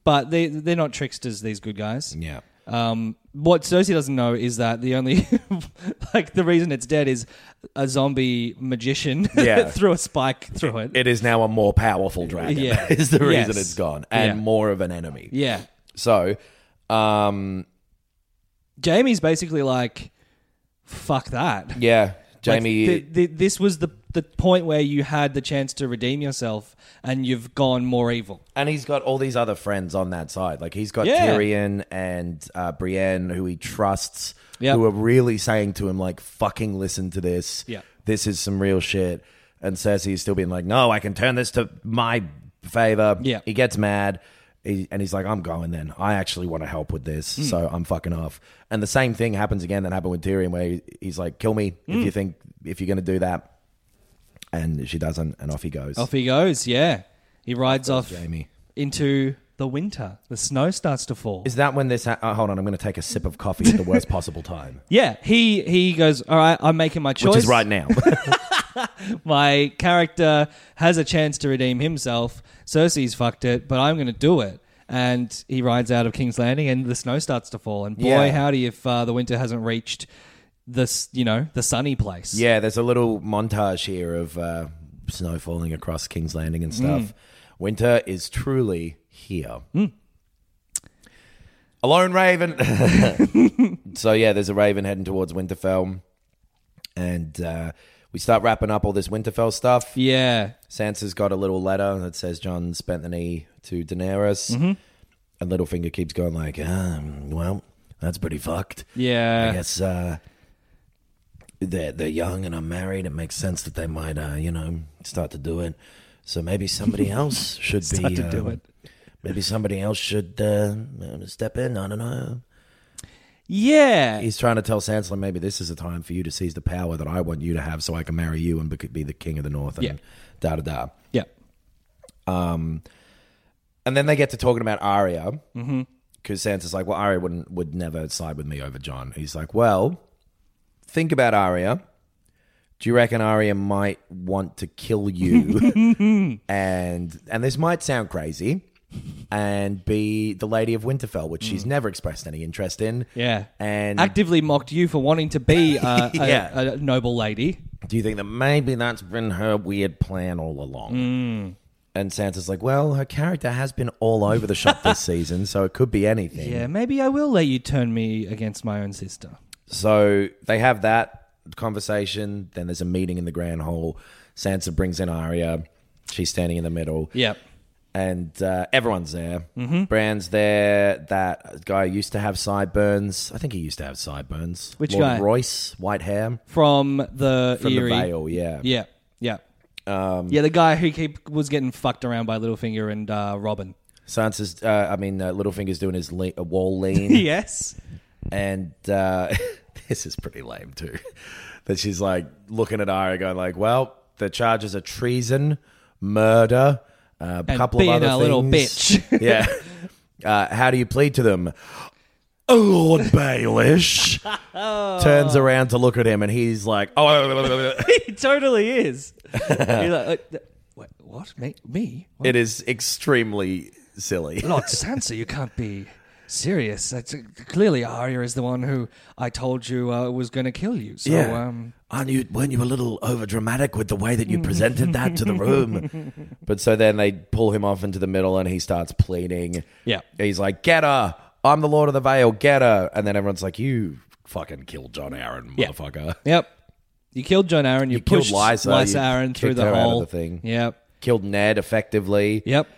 S3: but they, they're not tricksters, these good guys.
S4: yeah.
S3: Um, what Cersei doesn't know is that the only, like, the reason it's dead is a zombie magician
S4: Yeah.
S3: threw a spike through it.
S4: It is now a more powerful dragon.
S3: Yeah.
S4: Is the reason
S3: Yes.
S4: it's gone and
S3: Yeah.
S4: more of an enemy.
S3: yeah.
S4: So, um,
S3: Jamie's basically like, fuck that.
S4: yeah,
S3: Like,
S4: Jamie.
S3: th- th- this was the, the point where you had the chance to redeem yourself and you've gone more evil.
S4: And he's got all these other friends on that side. Like he's got
S3: Yeah.
S4: Tyrion and uh, Brienne, who he trusts,
S3: Yep.
S4: who are really saying to him, like, "Fucking listen to this.
S3: Yeah.
S4: This is some real shit." And Cersei's still being like, "No, I can turn this to my favor."
S3: Yeah.
S4: He gets mad, he, and he's like, "I'm going. Then I actually want to help with this,
S3: Hmm.
S4: so I'm fucking off." And the same thing happens again that happened with Tyrion, where he- he's like, "Kill me
S3: Hmm.
S4: if you think if you're going to do that." And she doesn't, and off he goes.
S3: Off he goes, yeah. He rides off
S4: Jamie.
S3: into the winter. The snow starts to fall.
S4: Is that when this? Ha- oh, hold on, I'm going to take a sip of coffee at the worst possible time,
S3: yeah, he he goes, "All right, I'm making my choice.
S4: which is right now.
S3: My character has a chance to redeem himself. Cersei's fucked it, but I'm going to do it." And he rides out of King's Landing and the snow starts to fall. And boy,
S4: Yeah.
S3: howdy if uh, the winter hasn't reached this, you know, the sunny place.
S4: yeah, there's a little montage here of uh, snow falling across King's Landing and stuff. Winter is truly here. A lone raven. so yeah, there's a raven heading towards Winterfell, and uh, we start wrapping up all this Winterfell stuff.
S3: Yeah.
S4: Sansa's got a little letter that says John spent the knee to Daenerys,
S3: Mm-hmm.
S4: and Littlefinger keeps going like, um, "Well, that's pretty fucked."
S3: Yeah.
S4: I guess uh, they're they're young and unmarried. It makes sense that they might, uh, you know, start to do it. So maybe somebody else should
S3: Start
S4: be
S3: to do
S4: um,
S3: it.
S4: Maybe somebody else should uh, step in. I don't know.
S3: Yeah.
S4: He's trying to tell Sansa like, maybe this is a time for you to seize the power that I want you to have, so I can marry you and bec- be the king of the north. And
S3: Yeah.
S4: da da da.
S3: Yeah.
S4: And then they get to talking about Arya because
S3: Mm-hmm.
S4: Sansa's like, "Well, Arya wouldn't would never side with me over John." He's like, "Well, think about Arya. Do you reckon Arya might want to kill you?" and and this might sound crazy, and be the Lady of Winterfell, which she's never expressed any interest in.
S3: Mm. Yeah.
S4: And
S3: Actively mocked you for wanting to be uh, a,
S4: Yeah.
S3: a noble lady.
S4: do you think that maybe that's been her weird plan all along?
S3: Mm.
S4: And Sansa's like, well, her character has been all over the shop this season, so it could be anything.
S3: Yeah, maybe I will let you turn me against my own sister.
S4: So they have that conversation. Then there's a meeting in the Grand Hall. Sansa brings in Arya. She's standing in the middle.
S3: Yep. Mm-hmm.
S4: And uh, everyone's there. Brand's there. That guy used to have sideburns. I think he used to have sideburns.
S3: Which
S4: Lord
S3: guy?
S4: Royce, white hair.
S3: From the
S4: From
S3: Eerie.
S4: the Vale, yeah.
S3: Yeah. Yeah.
S4: Um,
S3: yeah, the guy who keep was getting fucked around by Littlefinger and uh, Robin.
S4: Sansa's, uh, I mean, uh, Littlefinger's doing his le- uh, wall lean.
S3: yes.
S4: and uh, this is pretty lame too. That she's like looking at Arya, going like, "Well, the charges are treason, murder, uh, a couple
S3: being
S4: of other
S3: a
S4: things."
S3: little bitch.
S4: yeah. Uh, how do you plead to them? Oh, Lord Baelish turns around to look at him, and he's like, "Oh,
S3: he totally is. He's like, uh, th- wait, what? Me? Me? What?
S4: it is extremely silly."
S3: Lord Sansa, you can't be serious. That's, uh, clearly, Arya is the one who I told you uh, was going to kill you. So, um, Mm.
S4: Aren't you, weren't you a little over dramatic with the way that you presented that to the room? But so then they pull him off into the middle and he starts pleading.
S3: Yeah.
S4: He's like, get her. I'm the Lord of the Vale. Get her. And then everyone's like, you fucking killed John Aaron,
S3: Yeah.
S4: motherfucker.
S3: Yep. You killed John Aaron. You,
S4: killed
S3: pushed
S4: Lysa,
S3: Lysa
S4: you
S3: Aaron through
S4: kicked
S3: the
S4: her out of
S3: hole.
S4: the thing.
S3: Yep.
S4: Killed Ned effectively.
S3: Yep.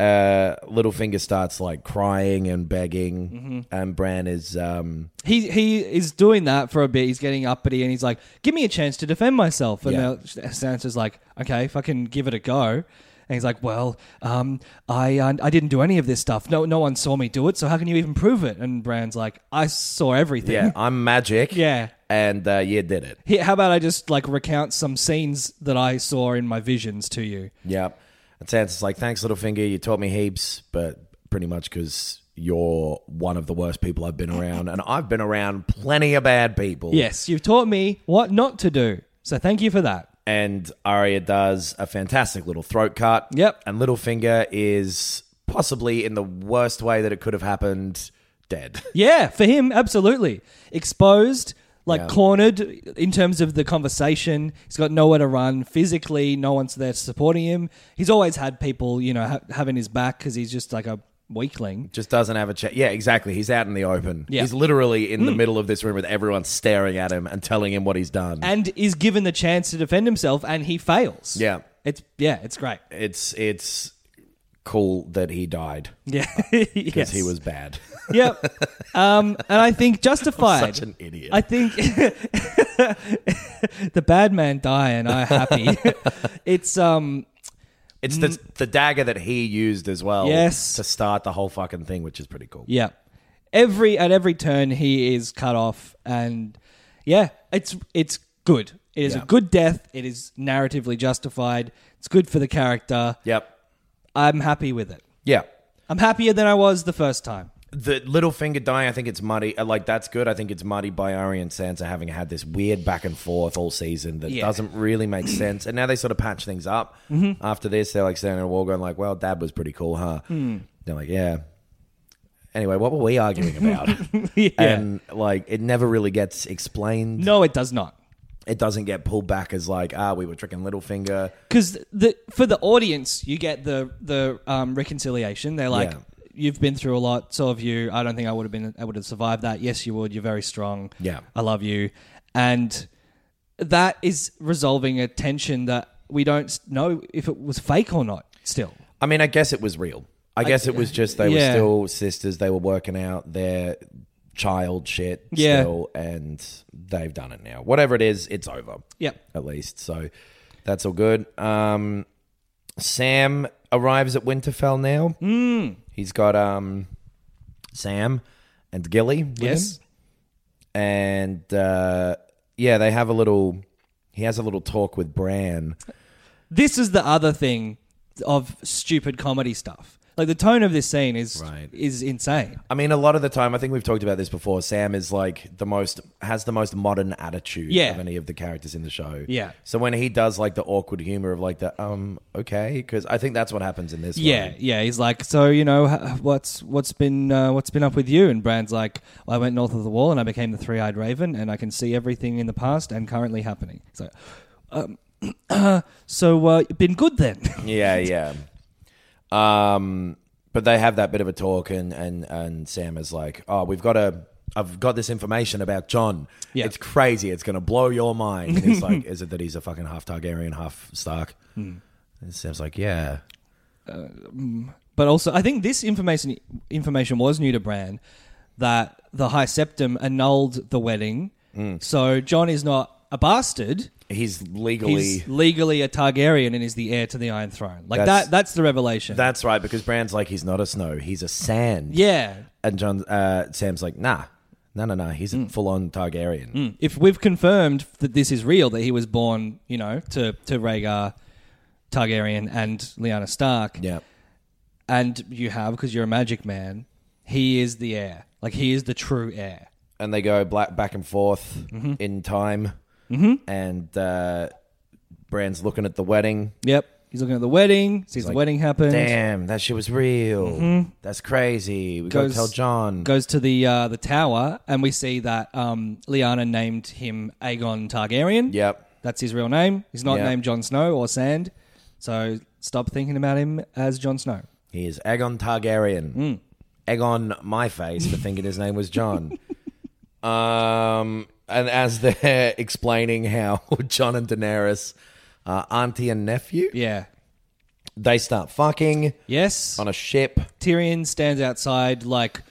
S4: Uh, Littlefinger starts like crying and begging.
S3: Mm-hmm.
S4: And Bran is, um,
S3: He he is doing that for a bit. He's getting uppity and he's like, "Give me a chance to defend myself." And
S4: Yeah.
S3: now Sansa's like, "Okay, if I can give it a go." And he's like, "Well, um, I uh, I didn't do any of this stuff. No no one saw me do it. So how can you even prove it?" And Bran's like, "I saw everything.
S4: yeah, I'm magic.
S3: Yeah.
S4: And uh, you did it.
S3: Here, how about I just like recount some scenes that I saw in my visions to you?"
S4: Yeah. And And Sansa's like, thanks, Littlefinger. You taught me heaps, but pretty much because you're one of the worst people I've been around. And I've been around plenty of bad people.
S3: Yes, you've taught me what not to do. So thank you for that.
S4: And Arya does a fantastic little throat cut.
S3: Yep.
S4: And Littlefinger is possibly in the worst way that it could have happened, dead.
S3: Yeah, for him, absolutely. Exposed, like cornered in terms of the conversation. He's got nowhere to run physically, no one's there supporting him. He's always had people, you know, ha- having his back because he's just like a weakling.
S4: Just doesn't have a chance. Yeah, exactly. He's out in the open.
S3: Yeah. Hmm.
S4: He's literally in the middle of this room with everyone staring at him and telling him what he's done.
S3: And is given the chance to defend himself and he fails.
S4: Yeah.
S3: It's yeah, it's great.
S4: it's it's cool that he died
S3: Yeah.
S4: because
S3: yes.
S4: he was bad.
S3: Yep. Um, and I think justified.
S4: Such an idiot.
S3: I think the bad man die and I happy. it's um
S4: it's the the dagger that he used as well.
S3: Yes.
S4: to start the whole fucking thing, which is pretty cool.
S3: Yeah. Every at every turn he is cut off and yeah, it's it's good. It is a
S4: Yeah.
S3: good death. It is narratively justified. It's good for the character.
S4: Yep.
S3: I'm happy with it.
S4: Yeah.
S3: I'm happier than I was the first time.
S4: The little finger dying, I think it's muddy. uh, Like that's good. I think it's muddy by Ari and Sansa having had this weird back and forth all season that
S3: Yeah. Mm-hmm.
S4: doesn't really make sense. And now they sort of patch things up. After this, they're like standing on a wall, going like, "Well, Dad was pretty cool, huh?"
S3: Hmm.
S4: They're like, "Yeah." Anyway, what were we arguing about?
S3: yeah.
S4: and like it never really gets explained.
S3: no, it does not.
S4: It doesn't get pulled back as like ah we were tricking Littlefinger.
S3: because the for the audience you get the the um, reconciliation they're like
S4: Yeah.
S3: you've been through a lot so have you i don't think i would have been able to survive that yes you would you're very strong
S4: Yeah.
S3: i love you and that is resolving a tension that we don't s- know if it was fake or not still
S4: I mean, I guess it was real. I guess it was just they
S3: yeah.
S4: were still sisters. They were working out their child shit
S3: Yeah.
S4: still, and they've done it now. Whatever it is, it's over.
S3: Yep.
S4: at least so that's all good. Um, Sam arrives at Winterfell now.
S3: Hmm.
S4: He's got um, Sam and Gilly. With him.
S3: yes
S4: and uh, yeah, they have a little. He has a little talk with Bran.
S3: this is the other thing of stupid comedy stuff like the tone of this scene is
S4: Right.
S3: is insane
S4: I mean, a lot of the time, I think we've talked about this before. Sam is like the most has the most modern attitude
S3: Yeah.
S4: of any of the characters in the show.
S3: Yeah.
S4: So when he does like the awkward humor of like the um okay, because I think that's what happens in this.
S3: Yeah,
S4: one.
S3: yeah. He's like, so you know, h- what's what's been uh, what's been up with you? And Brand's like, I went north of the wall and I became the three eyed raven, and I can see everything in the past and currently happening. He's like, um, so uh, you've been good then?
S4: yeah, yeah. Um, but they have that bit of a talk, and and and Sam is like, oh, we've got a. I've got this information about John.
S3: Yeah.
S4: It's crazy. It's going to blow your mind. It's like, is it that he's a fucking half Targaryen, half Stark?
S3: Hmm.
S4: And Sam's like, yeah.
S3: but also, I think this information information was new to Brand that the High Septum annulled the wedding,
S4: Hmm.
S3: so John is not a bastard.
S4: He's legally.
S3: He's legally a Targaryen and is the heir to the Iron Throne. Like
S4: That's-
S3: that. That's the revelation.
S4: That's right, because Brand's like he's not a snow, he's a sand.
S3: yeah.
S4: And John uh, Sam's like, nah, no, no, no, he's
S3: Mm.
S4: a full on Targaryen.
S3: if we've confirmed that this is real, that he was born, you know, to to Rhaegar Targaryen and Lyanna Stark,
S4: Yeah,
S3: and you have because you're a magic man, he is the heir. Like he is the true heir.
S4: and they go black back and forth
S3: Mm-hmm.
S4: in time, and uh, Brand's looking at the wedding.
S3: Yep. He's looking at the wedding. Sees the
S4: like,
S3: wedding happen.
S4: Damn, that shit was real. That's crazy. We gotta
S3: Mm-hmm. Goes-
S4: tell John.
S3: Goes to the uh, the tower, and we see that um, Lyanna named him Aegon Targaryen.
S4: Yep.
S3: That's his real name. He's not
S4: Yep.
S3: named Jon Snow or Sand. So stop thinking about him as Jon Snow.
S4: He is Aegon Targaryen. Egg on my face for thinking his name was John. um, and as they're explaining how John and Daenerys are auntie and nephew,
S3: Yeah.
S4: they start fucking
S3: Yes.
S4: on a ship.
S3: Tyrion stands outside, like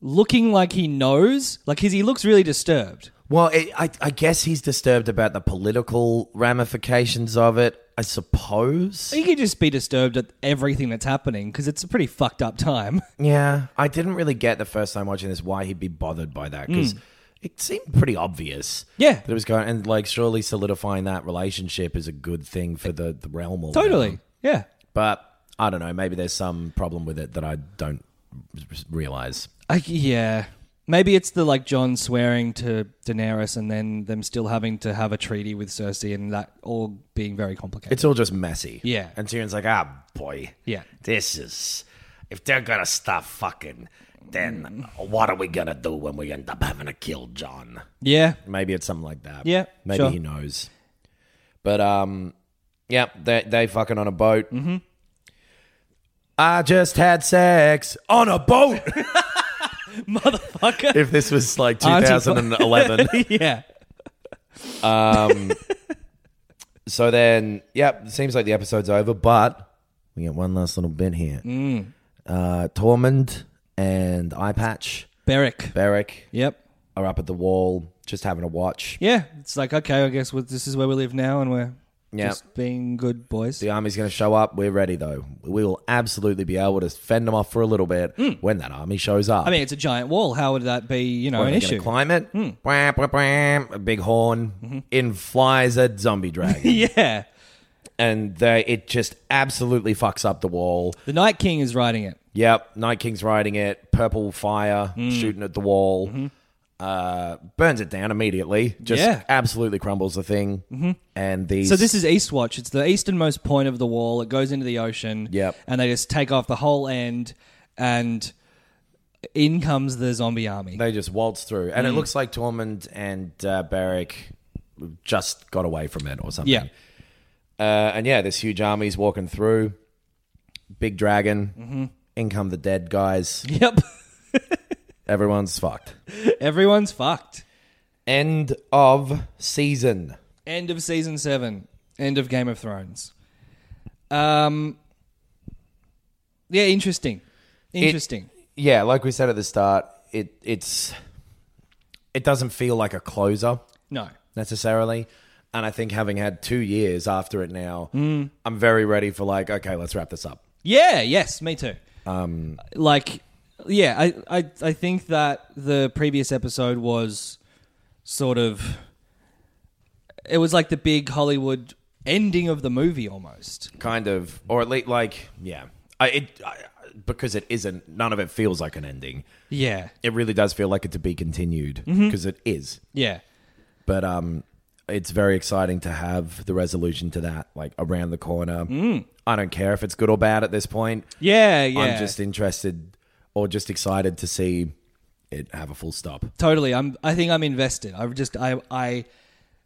S3: looking like he knows. Like he's, he looks really disturbed.
S4: Well, it, I, I guess he's disturbed about the political ramifications of it, I suppose.
S3: He could just be disturbed at everything that's happening because it's a pretty fucked up time.
S4: Yeah, I didn't really get the first time watching this why he'd be bothered by that because it seemed pretty obvious.
S3: Hmm. Yeah.
S4: that it was going and like surely solidifying that relationship is a good thing for the, the realm. Or
S3: totally.
S4: whatever.
S3: Yeah.
S4: But I don't know. Maybe there's some problem with it that I don't r- realize.
S3: I, yeah. Maybe it's the like John swearing to Daenerys and then them still having to have a treaty with Cersei and that all being very complicated.
S4: It's all just messy.
S3: Yeah.
S4: And Tyrion's like, ah, boy.
S3: Yeah.
S4: This is. If they're going to stop fucking, then
S3: Hmm.
S4: what are we going to do when we end up having to kill John?
S3: yeah.
S4: Maybe it's something like that.
S3: Yeah,
S4: Maybe
S3: sure.
S4: he knows. But, um, yeah, they, they fucking on a boat. Mm-hmm. I just had sex on a boat.
S3: Motherfucker.
S4: if this was like
S3: Auntie Fo-
S4: 2011.
S3: yeah.
S4: So then, yep, it seems like the episode's over, but we get one last little bit here.
S3: Mm.
S4: Uh, Tormund and Eye Patch,
S3: Beric.
S4: Beric
S3: Yep.
S4: are up at the wall just having a watch.
S3: Yeah. It's like, okay, I guess we this is where we live now and we're
S4: Yeah.
S3: just being good boys.
S4: The army's going to show up. We're ready, though. We will absolutely be able to fend them off for a little bit when that army shows up.
S3: Hmm. I mean, it's a giant wall. How would that be, you know,
S4: Are
S3: an
S4: they gonna
S3: issue? Hmm. Mm-hmm.
S4: Climb it. Wham, wham, wham. a big horn. In flies a zombie dragon.
S3: Yeah.
S4: and they, it just absolutely fucks up the wall.
S3: The Night King is riding it.
S4: Yep, Night King's riding it. Purple fire
S3: Hmm.
S4: shooting at the wall. Uh, burns it down immediately. Just
S3: Mm-hmm. Yeah. Mm-hmm.
S4: absolutely crumbles the thing. And these.
S3: So this is Eastwatch. It's the easternmost point of the wall. It goes into the ocean.
S4: Yep.
S3: And they just take off the whole end, and in comes the zombie army.
S4: they just waltz through, and it looks like Tormund and uh, Beric just got away from it or something.
S3: Yeah.
S4: Uh, and yeah, this huge army's walking through. Big dragon. In come the dead guys.
S3: Yep.
S4: Everyone's fucked.
S3: Everyone's fucked.
S4: End of season.
S3: End of season seven. End of Game of Thrones. Um. Yeah. Interesting. Interesting.
S4: yeah, like we said at the start, it it's it doesn't feel like a closer
S3: no.
S4: necessarily. And I think having had two years after it now, I'm very ready for like, okay, let's wrap this up.
S3: Yeah, yes, me too.
S4: Um,
S3: like, yeah, I, I, I think that the previous episode was sort of. It was like the big Hollywood ending of the movie almost.
S4: Kind of, or at least like, yeah, I, it I, because it isn't. None of it feels like an ending.
S3: Yeah,
S4: It really does feel like it to be continued because it is.
S3: yeah,
S4: But um, it's very exciting to have the resolution to that like around the corner. I don't care if it's good or bad at this point.
S3: yeah, yeah.
S4: I'm just interested or just excited to see it have a full stop.
S3: totally. I'm. I think I'm invested. I just. I. I.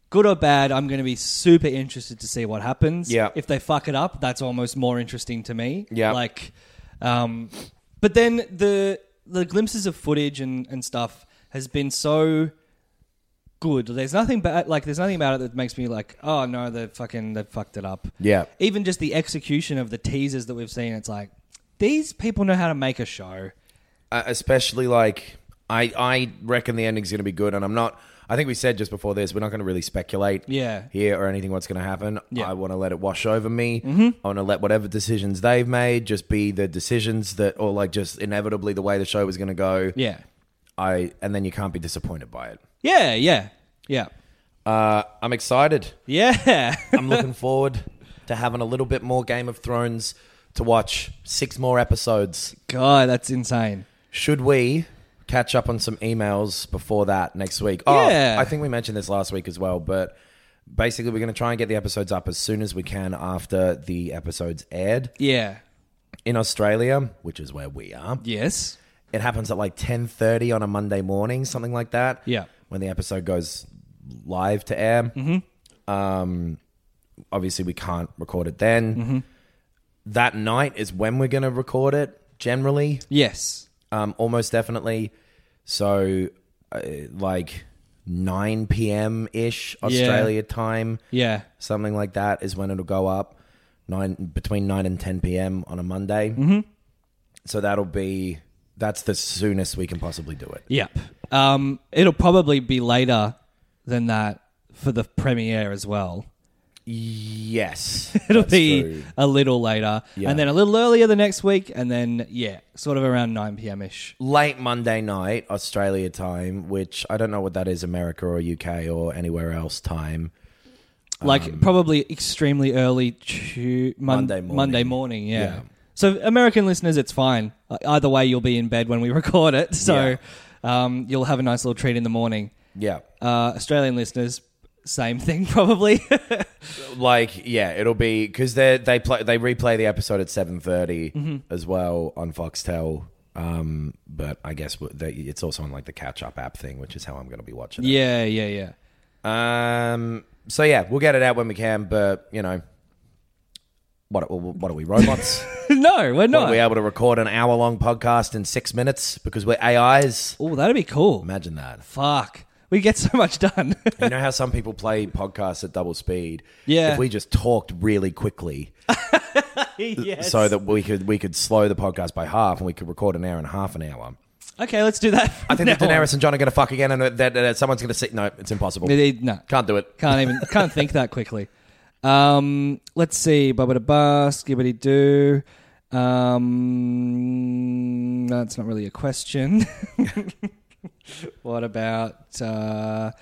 S3: Good or bad, I'm going to be super interested to see what happens.
S4: Yeah.
S3: If they fuck it up, that's almost more interesting to me.
S4: Yeah.
S3: Like, um, but then the the glimpses of footage and and stuff has been so good. There's nothing bad. Like, there's nothing about it that makes me like, oh no, they fucking they fucked it up.
S4: Yeah.
S3: Even just the execution of the teasers that we've seen, it's like these people know how to make a show.
S4: Uh, especially like I I reckon the ending's going to be good and I'm not I think we said just before this we're not going to really speculate
S3: Yeah.
S4: here or anything what's going to happen.
S3: Yeah. Mm-hmm.
S4: I want to let it wash over me. I want to let whatever decisions they've made just be the decisions that or like just inevitably the way the show was going to go.
S3: Yeah.
S4: I and then you can't be disappointed by it.
S3: Yeah. Yeah. Yeah.
S4: Uh, I'm excited.
S3: Yeah.
S4: I'm looking forward to having a little bit more Game of Thrones to watch. Six more episodes.
S3: God, that's insane.
S4: Should we catch up on some emails before that next week? Oh,
S3: Yeah.
S4: I think we mentioned this last week as well, but basically we're going to try and get the episodes up as soon as we can after the episodes aired
S3: Yeah.
S4: in Australia, which is where we are.
S3: Yes.
S4: It happens at like 10:30 on a Monday morning, something like that.
S3: Yeah.
S4: When the episode goes live to air. Um
S3: Mm-hmm.
S4: obviously we can't record it then.
S3: Mm-hmm.
S4: That night is when we're going to record it generally.
S3: Yes.
S4: Um almost definitely. So uh, like 9 p.m. ish Australia time,
S3: Yeah.
S4: something like that is when it'll go up. 9 between 9 and 10 p.m. on a Monday. So that'll be that's the soonest we can possibly do it.
S3: Yep. Um, it'll probably be later than that for the premiere as well.
S4: Yes.
S3: It'll
S4: that's
S3: be
S4: true.
S3: a little later,
S4: Yeah.
S3: and then a little earlier the next week, and then yeah, sort of around nine pm ish.
S4: late Monday night Australia time, which I don't know what that is America or UK or anywhere else time.
S3: like probably extremely early tu- mon-
S4: Um, Monday morning.
S3: Monday morning, yeah.
S4: Yeah.
S3: So American listeners, it's fine. Uh, Either way, you'll be in bed when we record it, so um, you'll have a nice little treat in the morning.
S4: Yeah.
S3: Uh, Australian listeners, same thing probably.
S4: like yeah it'll be because they they play they replay the episode at 7.30 as well on foxtel um but i guess w- they, it's also on like the catch up app thing which is how i'm going to be watching it.
S3: yeah, yeah, yeah.
S4: um so yeah we'll get it out when we can but you know what, are- what are we robots
S3: no, we're
S4: are
S3: not.
S4: we able to record an hour long podcast in six minutes because we're ais
S3: oh, that'd be cool.
S4: imagine that
S3: Fuck, we get so much done.
S4: You know how some people play podcasts at double speed?
S3: Yeah.
S4: If we just talked really quickly
S3: yes.
S4: so that we could we could slow the podcast by half and we could record an hour and a half an hour.
S3: okay, let's do that.
S4: I think that
S3: from now on.
S4: Daenerys and John are going to fuck again and that, that, that someone's going to see. No, it's impossible.
S3: They- they- no.
S4: Can't do it.
S3: Can't even can't think that quickly. Um, let's see. Ba ba da ba, skibbity doo. Um, that's not really a question. what about uh,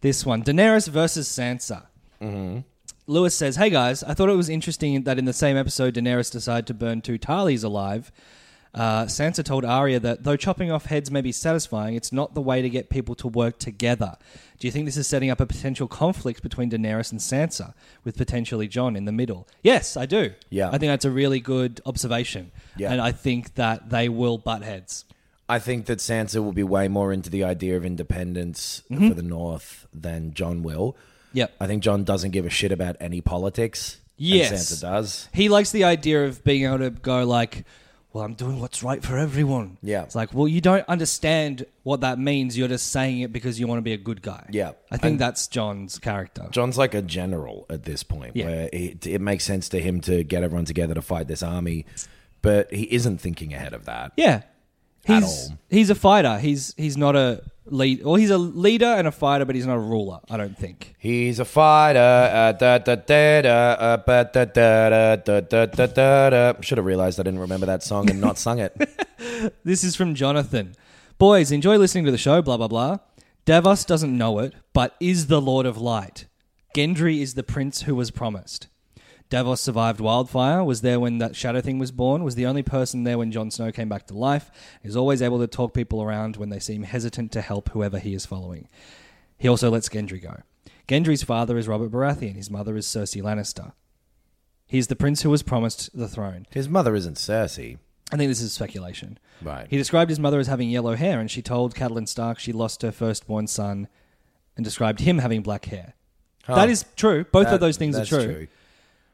S3: this one? Daenerys versus Sansa. Mm-hmm. Lewis says, "Hey guys, I thought it was interesting that in the same episode, Daenerys decided to burn two Tarleys alive." Uh, Sansa told Arya that though chopping off heads may be satisfying, it's not the way to get people to work together. Do you think this is setting up a potential conflict between Daenerys and Sansa, with potentially John in the middle? Yes, I do.
S4: Yeah.
S3: I think that's a really good observation.
S4: Yeah.
S3: And I think that they will butt heads.
S4: I think that Sansa will be way more into the idea of independence
S3: Mm-hmm.
S4: for the North than John will.
S3: Yep.
S4: I think John doesn't give a shit about any politics. and
S3: Yes.
S4: Sansa does.
S3: He likes the idea of being able to go like, "Well, I'm doing what's right for everyone."
S4: Yeah.
S3: it's like, well, you don't understand what that means. You're just saying it because you want to be a good guy.
S4: Yeah.
S3: I think that's John's character.
S4: John's like a general at this point,
S3: Yeah.
S4: where it, it makes sense to him to get everyone together to fight this army, but he isn't thinking ahead of that.
S3: yeah, he's
S4: At all.
S3: he's a fighter. He's he's not a lead, or he's a leader and a fighter, but he's not a ruler. I don't think.
S4: He's a fighter. Uh, da, da, da, da, uh, ba, da, da, da, da, da, da, da, da. Should have realized I didn't remember that song and not sung it.
S3: This is from Jonathan. Boys, enjoy listening to the show, blah, blah, blah. Davos doesn't know it, but is the Lord of Light. Gendry is the prince who was promised. Davos survived wildfire, was there when that shadow thing was born, was the only person there when Jon Snow came back to life, is always able to talk people around when they seem hesitant to help whoever he is following. He also lets Gendry go. Gendry's father is Robert Baratheon, his mother is Cersei Lannister. He is the prince who was promised the throne.
S4: His mother isn't Cersei.
S3: I think this is speculation.
S4: Right.
S3: He described his mother as having yellow hair, and she told Catelyn Stark she lost her firstborn son, and described him having black hair. That is true. Both
S4: That-
S3: of those things are
S4: that's
S3: true.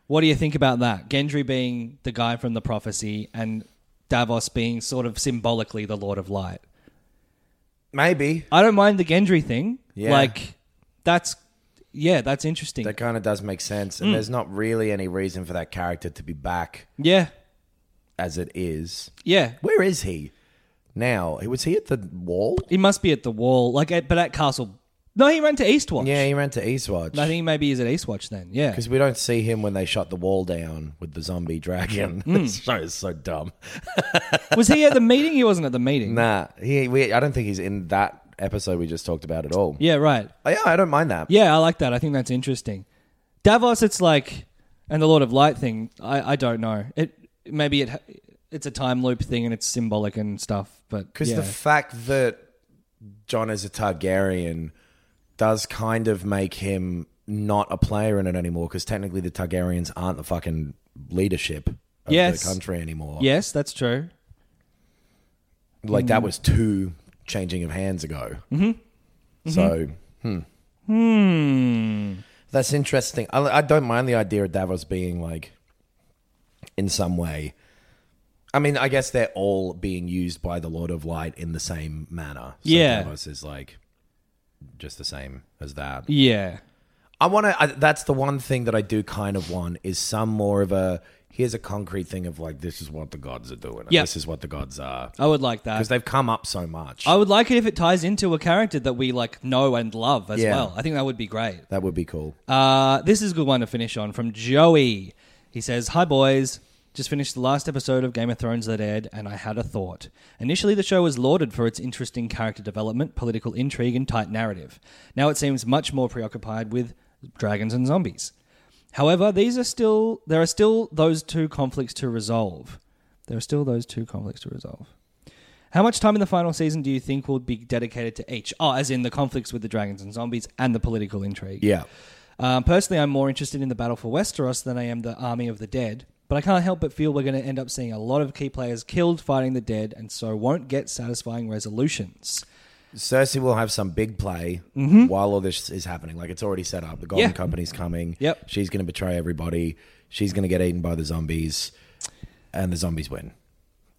S3: What do you think about that? Gendry being the guy from the prophecy, and Davos being sort of symbolically the Lord of Light.
S4: Maybe.
S3: I don't mind the Gendry thing.
S4: Yeah.
S3: Like, that's yeah, that's interesting.
S4: That kind of does make sense.
S3: Hmm.
S4: And there's not really any reason for that character to be back
S3: yeah,
S4: as it is.
S3: yeah.
S4: Where is he now? Was he at the wall?
S3: He must be at the wall, like, at, but at Castle. No, he ran to Eastwatch.
S4: Yeah, he ran to Eastwatch.
S3: I think maybe he's at Eastwatch then. Yeah,
S4: Because we don't see him when they shut the wall down with the zombie dragon. this show is so dumb.
S3: was he at the meeting? He wasn't at the meeting.
S4: Nah, he, we, I don't think he's in that episode we just talked about at all.
S3: Yeah, right.
S4: Oh, yeah, I don't mind that.
S3: Yeah, I like that. I think that's interesting. Davos, it's like, and the Lord of Light thing. I, I don't know. It maybe it it's a time loop thing and it's symbolic and stuff. But
S4: Because
S3: yeah.
S4: the fact that John is a Targaryen does kind of make him not a player in it anymore. Because technically, the Targaryens aren't the fucking leadership of
S3: Yes.
S4: the country anymore.
S3: yes, that's true.
S4: like that was two changing of hands ago. Mm-hmm. So, hmm. That's interesting. I, I don't mind the idea of Davos being like, in some way. I mean, I guess they're all being used by the Lord of Light in the same manner. So
S3: Yeah.
S4: Davos is like just the same as that.
S3: Yeah,
S4: I want to. That's the one thing that I do kind of want is some more of a. Here's a concrete thing of like this is what the gods are doing. and
S3: Yeah.
S4: This is what the gods are
S3: I would like
S4: because
S3: that.
S4: they've come up so much.
S3: I would like it if it ties into a character that we like know and love as
S4: Yeah.
S3: well. I think that would be great.
S4: That would be cool.
S3: Uh, this is a good one to finish on from Joey. He says, Hi, boys. Just finished the last episode of Game of Thrones That aired, and I had a thought. Initially, the show was lauded for its interesting character development, political intrigue, and tight narrative. Now it seems much more preoccupied with dragons and zombies. However, these are still there are still those two conflicts to resolve. There are still those two conflicts to resolve. How much time in the final season do you think will be dedicated to each? Oh, as in the conflicts with the dragons and zombies and the political intrigue.
S4: Yeah.
S3: Um, personally, I'm more interested in the battle for Westeros than I am the army of the dead, but I can't help but feel we're going to end up seeing a lot of key players killed fighting the dead and so won't get satisfying resolutions.
S4: Cersei will have some big play while all this is happening. Like it's already set up. The Golden
S3: Mm-hmm. Yeah.
S4: Company's coming.
S3: Yep.
S4: She's going to betray everybody. She's going to get eaten by the zombies, and the zombies win.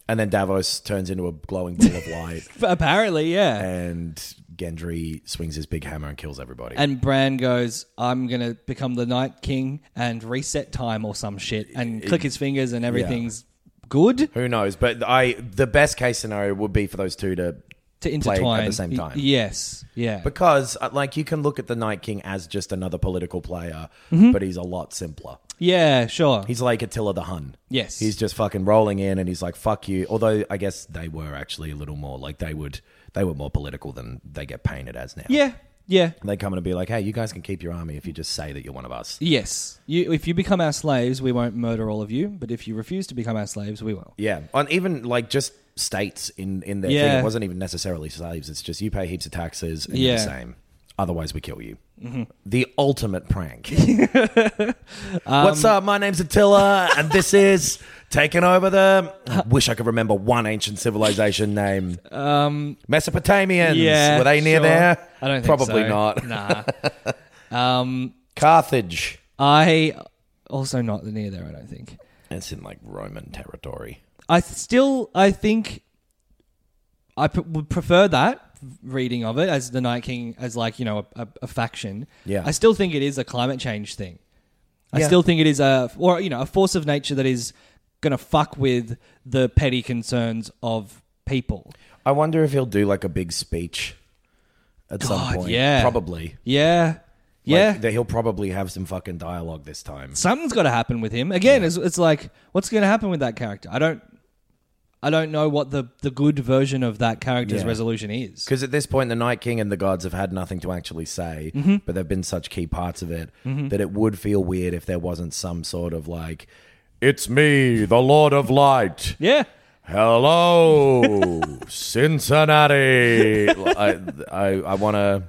S4: And then Davos turns into a glowing ball of light,
S3: F- Apparently, yeah.
S4: and Gendry swings his big hammer and kills everybody.
S3: And Bran goes, I'm going to become the Night King and reset time or some shit and click his fingers and everything's good
S4: Who knows? But I, the best case scenario would be for those two to
S3: to
S4: play
S3: intertwine.
S4: at the same
S3: Y-
S4: time.
S3: Yes. Yeah.
S4: Because, uh, like, you can look at the Night King as just another political player,
S3: Mm-hmm.
S4: but he's a lot simpler.
S3: yeah, sure.
S4: He's like Attila the Hun.
S3: Yes.
S4: He's just fucking rolling in and he's like, fuck you. Although, I guess they were actually a little more, like, they would, they were more political than they get painted as now.
S3: yeah. Yeah.
S4: They come in and be like, hey, you guys can keep your army if you just say that you're one of us.
S3: Yes. You, if you become our slaves, we won't murder all of you, but if you refuse to become our slaves, we will.
S4: Yeah, and even like just states in in their thing.
S3: Yeah.
S4: It wasn't even necessarily slaves. It's just you pay heaps of taxes and you're
S3: Yeah. Mm-hmm.
S4: the same. Otherwise, we kill you. The ultimate prank. What's
S3: Um,
S4: up? My name's Attila, and this is taking over the. I wish I could remember one ancient civilization name. Um, Mesopotamians.
S3: Yeah.
S4: were they near
S3: sure.
S4: there?
S3: I don't think
S4: Probably
S3: so.
S4: not.
S3: Nah.
S4: Carthage.
S3: I also not near there, I don't think.
S4: It's in like Roman territory.
S3: I th- still, I think, I pr- would prefer that reading of it as the Night King as like you know a, a, a faction.
S4: Yeah.
S3: I still think it is a climate change thing. I
S4: Yeah.
S3: still think it is a or you know a force of nature that is gonna fuck with the petty concerns of people.
S4: I wonder if he'll do like a big speech at some
S3: God,
S4: point.
S3: yeah.
S4: probably.
S3: Yeah, yeah.
S4: Like, that he'll probably have some fucking dialogue this time.
S3: Something's got to happen with him again. It's, it's like what's going to happen with that character? I don't. I don't know what the, the good version of that character's
S4: Yeah.
S3: resolution is.
S4: Because at this point, the Night King and the gods have had nothing to actually say,
S3: Mm-hmm.
S4: but they've been such key parts of it that it would feel weird if there wasn't some sort of like, it's me, the Lord of Light.
S3: Yeah.
S4: Hello, Cincinnati. I, I, I want to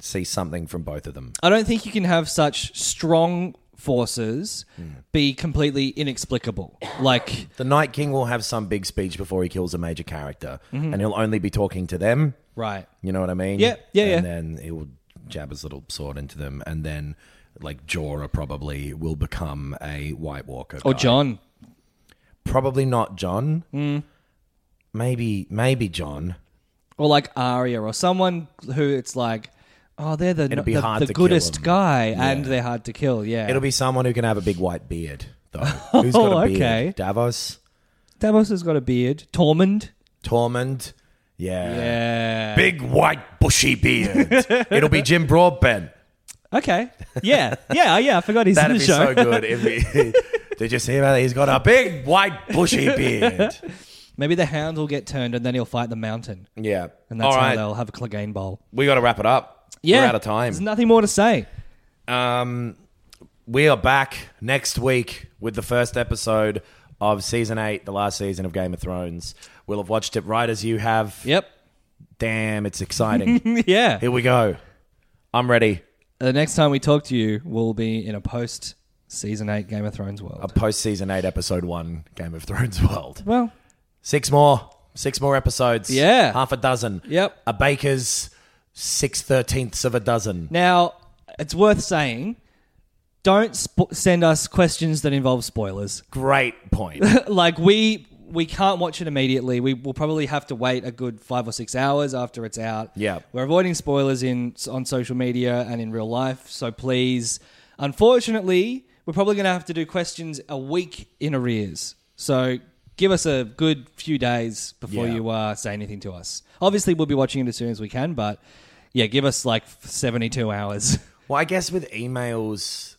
S4: see something from both of them.
S3: I don't think you can have such strong forces
S4: Hmm.
S3: be completely inexplicable. Like,
S4: The Night King will have some big speech before he kills a major character,
S3: Mm-hmm.
S4: and he'll only be talking to them.
S3: right.
S4: You know what I mean?
S3: Yeah, yeah,
S4: And
S3: yeah.
S4: then he will jab his little sword into them, and then like Jorah probably will become a White Walker.
S3: Or
S4: guy.
S3: John. Hmm.
S4: Probably not John. Maybe maybe John.
S3: Or like Arya or someone who it's like, oh, they're the,
S4: It'd be
S3: the,
S4: hard
S3: the
S4: to kill
S3: goodest
S4: them.
S3: guy and they're hard to kill. Yeah.
S4: It'll be someone who can have a big white beard though. Who's got
S3: Oh,
S4: a beard?
S3: okay.
S4: Davos,
S3: Davos has got a beard. Tormund.
S4: Tormund. Yeah.
S3: Yeah.
S4: Big white bushy beard. It'll be Jim Broadbent.
S3: Okay. Yeah. Yeah. Yeah. I forgot he's in
S4: That'd
S3: the
S4: be
S3: show.
S4: so good. If he, did you see that? He's got a big white bushy beard.
S3: Maybe the hound will get turned and then he'll fight the mountain.
S4: Yeah.
S3: And that's
S4: All
S3: how
S4: right.
S3: they'll have a Clegane Bowl.
S4: we got to wrap it up.
S3: Yeah.
S4: We're out of time.
S3: There's nothing more to say.
S4: Um, we are back next week with the first episode of season eight, the last season of Game of Thrones. We'll have watched it right as you have.
S3: Yep.
S4: Damn, it's exciting.
S3: yeah.
S4: Here we go. I'm ready.
S3: The next time we talk to you will be in a post season eight Game of Thrones
S4: A
S3: world.
S4: post season eight, episode one Game of Thrones world.
S3: Well,
S4: Six more. Six more episodes.
S3: Yeah.
S4: Half a dozen.
S3: Yep.
S4: A baker's six thirteenths of a dozen.
S3: now it's worth saying don't spo- send us questions that involve spoilers.
S4: Great point.
S3: like we we can't watch it immediately. We will probably have to wait a good 5 or 6 hours after it's out.
S4: Yeah.
S3: We're avoiding spoilers in on social media and in real life, so please unfortunately, we're probably going to have to do questions a week in arrears. So give us a good few days before
S4: Yeah.
S3: you uh, say anything to us. Obviously, we'll be watching it as soon as we can, but yeah, give us like 72 hours.
S4: Well, I guess with emails, is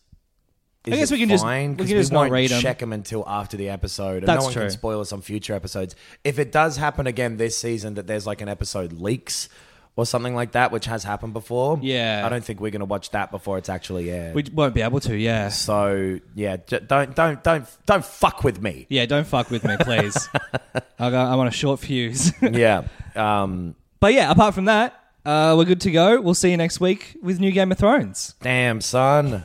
S3: guess
S4: it
S3: we can just-
S4: fine?
S3: we
S4: 'Cause
S3: can just not
S4: won't
S3: read 'em.
S4: Check them until after the episode, and
S3: That's
S4: no one
S3: true.
S4: can spoil us on future episodes. If it does happen again this season that there's like an episode leaks or something like that, which has happened before.
S3: Yeah.
S4: I don't think we're gonna watch that before it's actually aired.
S3: We won't be able to, yeah.
S4: so yeah, j- don't don't don't don't fuck with me.
S3: Yeah, don't fuck with me, please. I go, I'm on a short fuse.
S4: Yeah. Um.
S3: but yeah, apart from that, uh, we're good to go. We'll see you next week with new Game of Thrones.
S4: Damn, son.